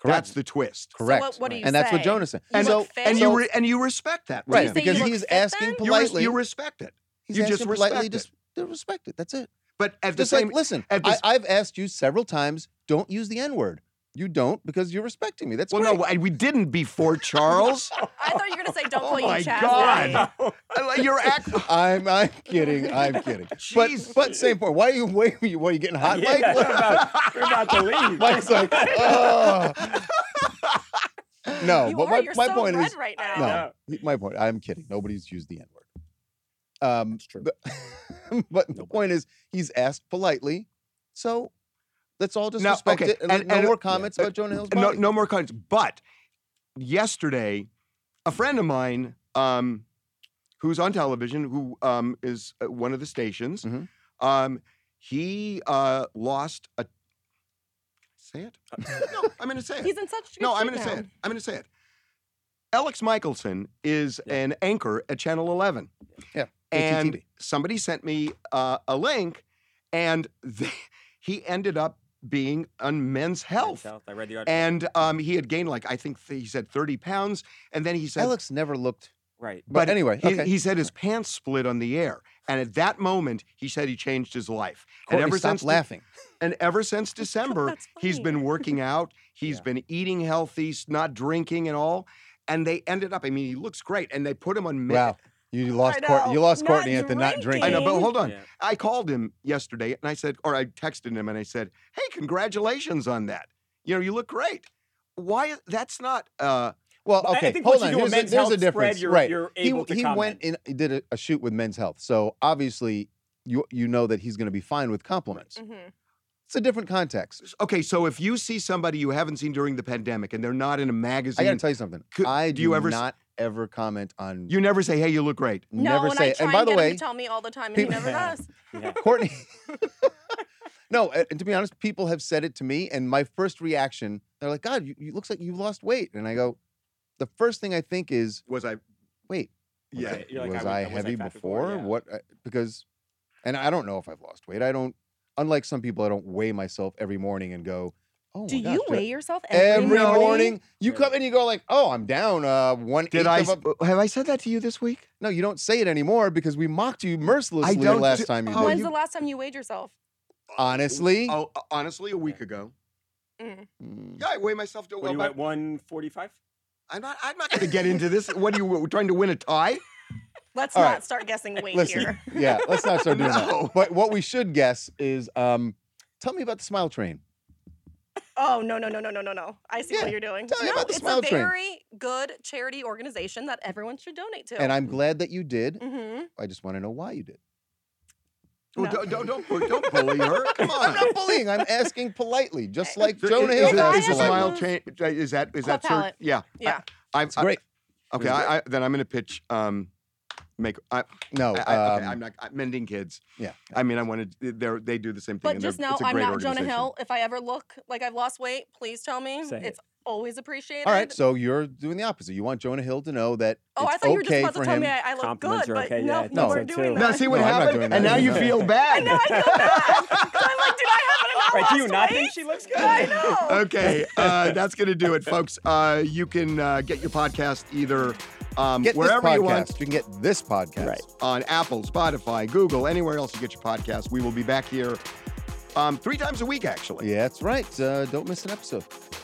Speaker 1: That's
Speaker 4: Correct.
Speaker 1: the twist.
Speaker 2: So
Speaker 4: Correct.
Speaker 2: what- what do you
Speaker 4: and that's what
Speaker 2: say?
Speaker 4: Jonah said.
Speaker 2: You
Speaker 1: And
Speaker 2: look
Speaker 4: so,
Speaker 2: fit?
Speaker 1: And
Speaker 4: so-
Speaker 1: you re- and you respect that,
Speaker 2: you
Speaker 4: right,
Speaker 1: right?
Speaker 2: say
Speaker 4: because
Speaker 2: look
Speaker 4: he's
Speaker 2: fit then?
Speaker 4: asking
Speaker 1: You, res-
Speaker 4: politely.
Speaker 1: you respect it.
Speaker 4: he's
Speaker 1: you
Speaker 4: asking
Speaker 1: just
Speaker 4: politely
Speaker 1: respect
Speaker 4: just to respect it. That's it.
Speaker 1: But at the
Speaker 4: Just
Speaker 1: same,
Speaker 4: like, listen,
Speaker 1: at the s-
Speaker 4: I, I've asked you several times, don't use the N word. You don't because you're respecting me. That's
Speaker 1: well,
Speaker 4: great.
Speaker 1: no, I, we didn't before Charles.
Speaker 2: I thought you were gonna say don't
Speaker 1: Oh
Speaker 2: call
Speaker 1: my
Speaker 2: you Chaz.
Speaker 1: God.
Speaker 2: Daddy.
Speaker 1: I like Your act.
Speaker 4: I'm I'm kidding. I'm kidding. But
Speaker 1: Jeez.
Speaker 4: but same point. Why are you waving? You what are you getting hot,
Speaker 3: Yeah,
Speaker 4: Mike?
Speaker 3: we're about, we're about to leave.
Speaker 4: Mike's like,
Speaker 1: uh,
Speaker 4: oh. no.
Speaker 2: You
Speaker 4: but
Speaker 2: are,
Speaker 4: my,
Speaker 2: you're
Speaker 4: my
Speaker 2: so
Speaker 4: point
Speaker 2: red
Speaker 4: is,
Speaker 2: right now.
Speaker 4: no, my point. I'm kidding. Nobody's used the N word. Um,
Speaker 3: true.
Speaker 4: the- but the point is, he's asked politely, so let's all just
Speaker 1: No,
Speaker 4: respect
Speaker 1: okay,
Speaker 4: it. And, let-
Speaker 1: and-
Speaker 4: no
Speaker 1: and-
Speaker 4: more comments
Speaker 1: uh,
Speaker 4: about Jonah Hill's
Speaker 1: no,
Speaker 4: body.
Speaker 1: no more comments. But yesterday, a friend of mine, um, who's on television, who um, is at one of the stations,
Speaker 4: Mhm.
Speaker 1: um, he uh, lost a. Say it. no, I'm going to say it.
Speaker 2: He's in such good
Speaker 1: no, I'm
Speaker 2: shape
Speaker 1: going to
Speaker 2: now.
Speaker 1: say it. I'm going to say it. Alex Michelson is
Speaker 3: Yeah.
Speaker 1: an anchor at Channel 11 and
Speaker 4: HGTV.
Speaker 1: somebody sent me uh, a link, and they, he ended up being on Men's Health,
Speaker 3: I read the article.
Speaker 1: and um, he had gained like I think th- he said thirty pounds, and then he said,
Speaker 4: Alex never looked.
Speaker 3: right.
Speaker 4: But, anyway,
Speaker 1: he,
Speaker 4: okay.
Speaker 1: he said his pants split on the air, and at that moment he said he changed his life,
Speaker 4: Courtney,
Speaker 1: and ever
Speaker 4: stop
Speaker 1: since de-
Speaker 4: laughing.
Speaker 1: and ever since December,
Speaker 2: That's
Speaker 1: he's
Speaker 2: funny.
Speaker 1: been working out. He's
Speaker 3: Yeah.
Speaker 1: been eating healthy, s- not drinking and all. And they ended up. I mean, he looks great, and they put him on. Men-
Speaker 4: wow, you lost
Speaker 2: I
Speaker 4: Court,
Speaker 2: know,
Speaker 4: you lost
Speaker 2: not
Speaker 4: Courtney Anthony not
Speaker 2: drinking.
Speaker 4: drinking.
Speaker 1: I know, but
Speaker 2: Dang.
Speaker 1: hold on.
Speaker 3: Yeah.
Speaker 1: I called him yesterday and I said, or I texted him and I said, hey, congratulations on that. You know, you look great. Why? That's not. Uh,
Speaker 4: Well,
Speaker 3: Well, I- I
Speaker 4: okay,
Speaker 3: think
Speaker 4: hold
Speaker 3: once you
Speaker 4: on.
Speaker 3: do a
Speaker 4: Here's, a-
Speaker 3: Men's
Speaker 4: there's
Speaker 3: Health
Speaker 4: a
Speaker 3: spread,
Speaker 4: difference,
Speaker 3: you're-
Speaker 4: right?
Speaker 3: you're
Speaker 4: he
Speaker 3: able to
Speaker 4: he went
Speaker 3: comment.
Speaker 4: and did a, a shoot with Men's Health, so obviously you you know that he's going to be fine with compliments.
Speaker 2: Mhm.
Speaker 4: It's a different context.
Speaker 1: okay, so if you see somebody you haven't seen during the pandemic and they're not in a
Speaker 4: I
Speaker 1: magazine,
Speaker 4: got to tell you something.
Speaker 1: Could-
Speaker 4: I do,
Speaker 1: do you ever s-
Speaker 4: not ever comment on
Speaker 1: you never say, hey, you look great.
Speaker 2: No,
Speaker 4: never
Speaker 2: and
Speaker 4: say.
Speaker 2: I try
Speaker 4: and by
Speaker 2: and
Speaker 4: the
Speaker 2: get him
Speaker 4: way,
Speaker 2: to tell me all the Oh time, and
Speaker 4: people-
Speaker 2: he never does.
Speaker 3: Yeah.
Speaker 4: Courtney. no, a- and to be honest, people have said it to me, and my first reaction, they're like, "God, you, you looks like you lost weight," and I go, "The first thing I think is,
Speaker 1: Was I?
Speaker 4: wait, was
Speaker 1: Yeah.
Speaker 3: Okay. You're
Speaker 4: I,
Speaker 3: like,
Speaker 4: was
Speaker 3: I
Speaker 4: I,
Speaker 3: was- I was
Speaker 4: heavy
Speaker 3: like fat
Speaker 4: before?
Speaker 3: before, yeah.
Speaker 4: What? I, because, and I don't know if I've lost weight. I don't. Unlike some people, I don't weigh myself every morning and go, Oh my
Speaker 2: Do
Speaker 4: gosh,
Speaker 2: you
Speaker 4: did I-
Speaker 2: weigh yourself every,
Speaker 4: every morning? You come and you go like, "Oh, I'm down uh, one
Speaker 1: Did
Speaker 4: eighth
Speaker 1: I
Speaker 4: of a
Speaker 1: have I said that to you this week?
Speaker 4: No, you don't say it anymore because we mocked you mercilessly the
Speaker 1: don't
Speaker 4: last
Speaker 1: do-
Speaker 4: time you
Speaker 1: Oh,
Speaker 4: did.
Speaker 2: When's the last time you weighed yourself?
Speaker 4: Honestly,
Speaker 1: Oh, uh, honestly, a week ago.
Speaker 2: Mm.
Speaker 1: Yeah, I weigh myself. To,
Speaker 3: What are
Speaker 1: well,
Speaker 3: you at
Speaker 1: but
Speaker 3: one forty-five?
Speaker 1: I'm not. I'm not going to get into this. What are you we're trying to win a tie?
Speaker 2: Let's
Speaker 4: All
Speaker 2: not
Speaker 4: right.
Speaker 2: start guessing weight
Speaker 4: listen,
Speaker 2: here.
Speaker 4: yeah, let's not start doing
Speaker 1: No.
Speaker 4: that. But what we should guess is, um, tell me about the Smile Train.
Speaker 2: Oh no no no no no no no! I see
Speaker 4: Yeah,
Speaker 2: what you're doing.
Speaker 4: tell me
Speaker 2: no,
Speaker 4: about the
Speaker 2: it's
Speaker 4: Smile
Speaker 2: a
Speaker 4: Train.
Speaker 2: very good charity organization that everyone should donate to.
Speaker 4: And I'm glad that you did.
Speaker 2: hmm
Speaker 4: I just want to know why you did.
Speaker 1: Well,
Speaker 2: No.
Speaker 1: don't, don't don't bu- don't bully her. Come
Speaker 4: I'm
Speaker 1: on.
Speaker 4: not bullying. I'm asking politely, just like
Speaker 1: Is-
Speaker 4: Jonah
Speaker 1: is, it-
Speaker 4: Hill.
Speaker 2: Hilton.
Speaker 1: is the
Speaker 2: If I
Speaker 1: smile
Speaker 2: am-
Speaker 1: train? Is that is
Speaker 2: Club
Speaker 1: that sort?
Speaker 2: palate.
Speaker 1: Yeah.
Speaker 2: Yeah.
Speaker 1: I, I, it's
Speaker 4: great.
Speaker 1: okay. I, I, then I'm going to pitch. Um, make. I,
Speaker 4: No,
Speaker 1: I, I, okay,
Speaker 4: um,
Speaker 1: I'm not I'm mending kids.
Speaker 4: Yeah.
Speaker 1: I mean, I want to. They they do the same thing.
Speaker 2: But
Speaker 1: and
Speaker 2: just
Speaker 1: they're-
Speaker 2: know
Speaker 1: it's a
Speaker 2: I'm
Speaker 1: great
Speaker 2: not Jonah
Speaker 1: organization.
Speaker 2: Hill. If I ever look like I've lost weight, please tell me.
Speaker 3: Say it.
Speaker 2: it's always appreciated.
Speaker 4: all right, so you're doing the opposite. You want Jonah Hill to know that
Speaker 2: Oh,
Speaker 4: it's
Speaker 2: I thought you were just
Speaker 4: okay
Speaker 2: about
Speaker 4: for
Speaker 2: to tell
Speaker 4: him.
Speaker 2: me I, I look
Speaker 3: Compliments
Speaker 2: good,
Speaker 3: are
Speaker 2: but
Speaker 3: okay. Yeah, I
Speaker 2: no,
Speaker 3: think
Speaker 2: no,
Speaker 4: so
Speaker 2: we're
Speaker 3: too.
Speaker 2: doing
Speaker 3: Now,
Speaker 1: Now
Speaker 2: that.
Speaker 1: see what
Speaker 4: No, I'm not doing
Speaker 1: happened,
Speaker 4: that.
Speaker 1: and now you
Speaker 4: No.
Speaker 1: feel bad.
Speaker 2: No, I feel bad. 'Cause I'm like, dude, I haven't not
Speaker 3: Right,
Speaker 2: lost
Speaker 3: do you not
Speaker 2: weight.
Speaker 3: think she looks good?
Speaker 2: I know.
Speaker 1: okay, uh, that's going to do it, folks. Uh, you can uh, get your podcast either um,
Speaker 4: Get
Speaker 1: wherever
Speaker 4: this podcast.
Speaker 1: you want
Speaker 4: can get this podcast.
Speaker 3: Right.
Speaker 1: on Apple, Spotify, Google, anywhere else you get your podcast. We will be back here um, three times a week, actually.
Speaker 4: Yeah, that's right. Uh, don't miss an episode.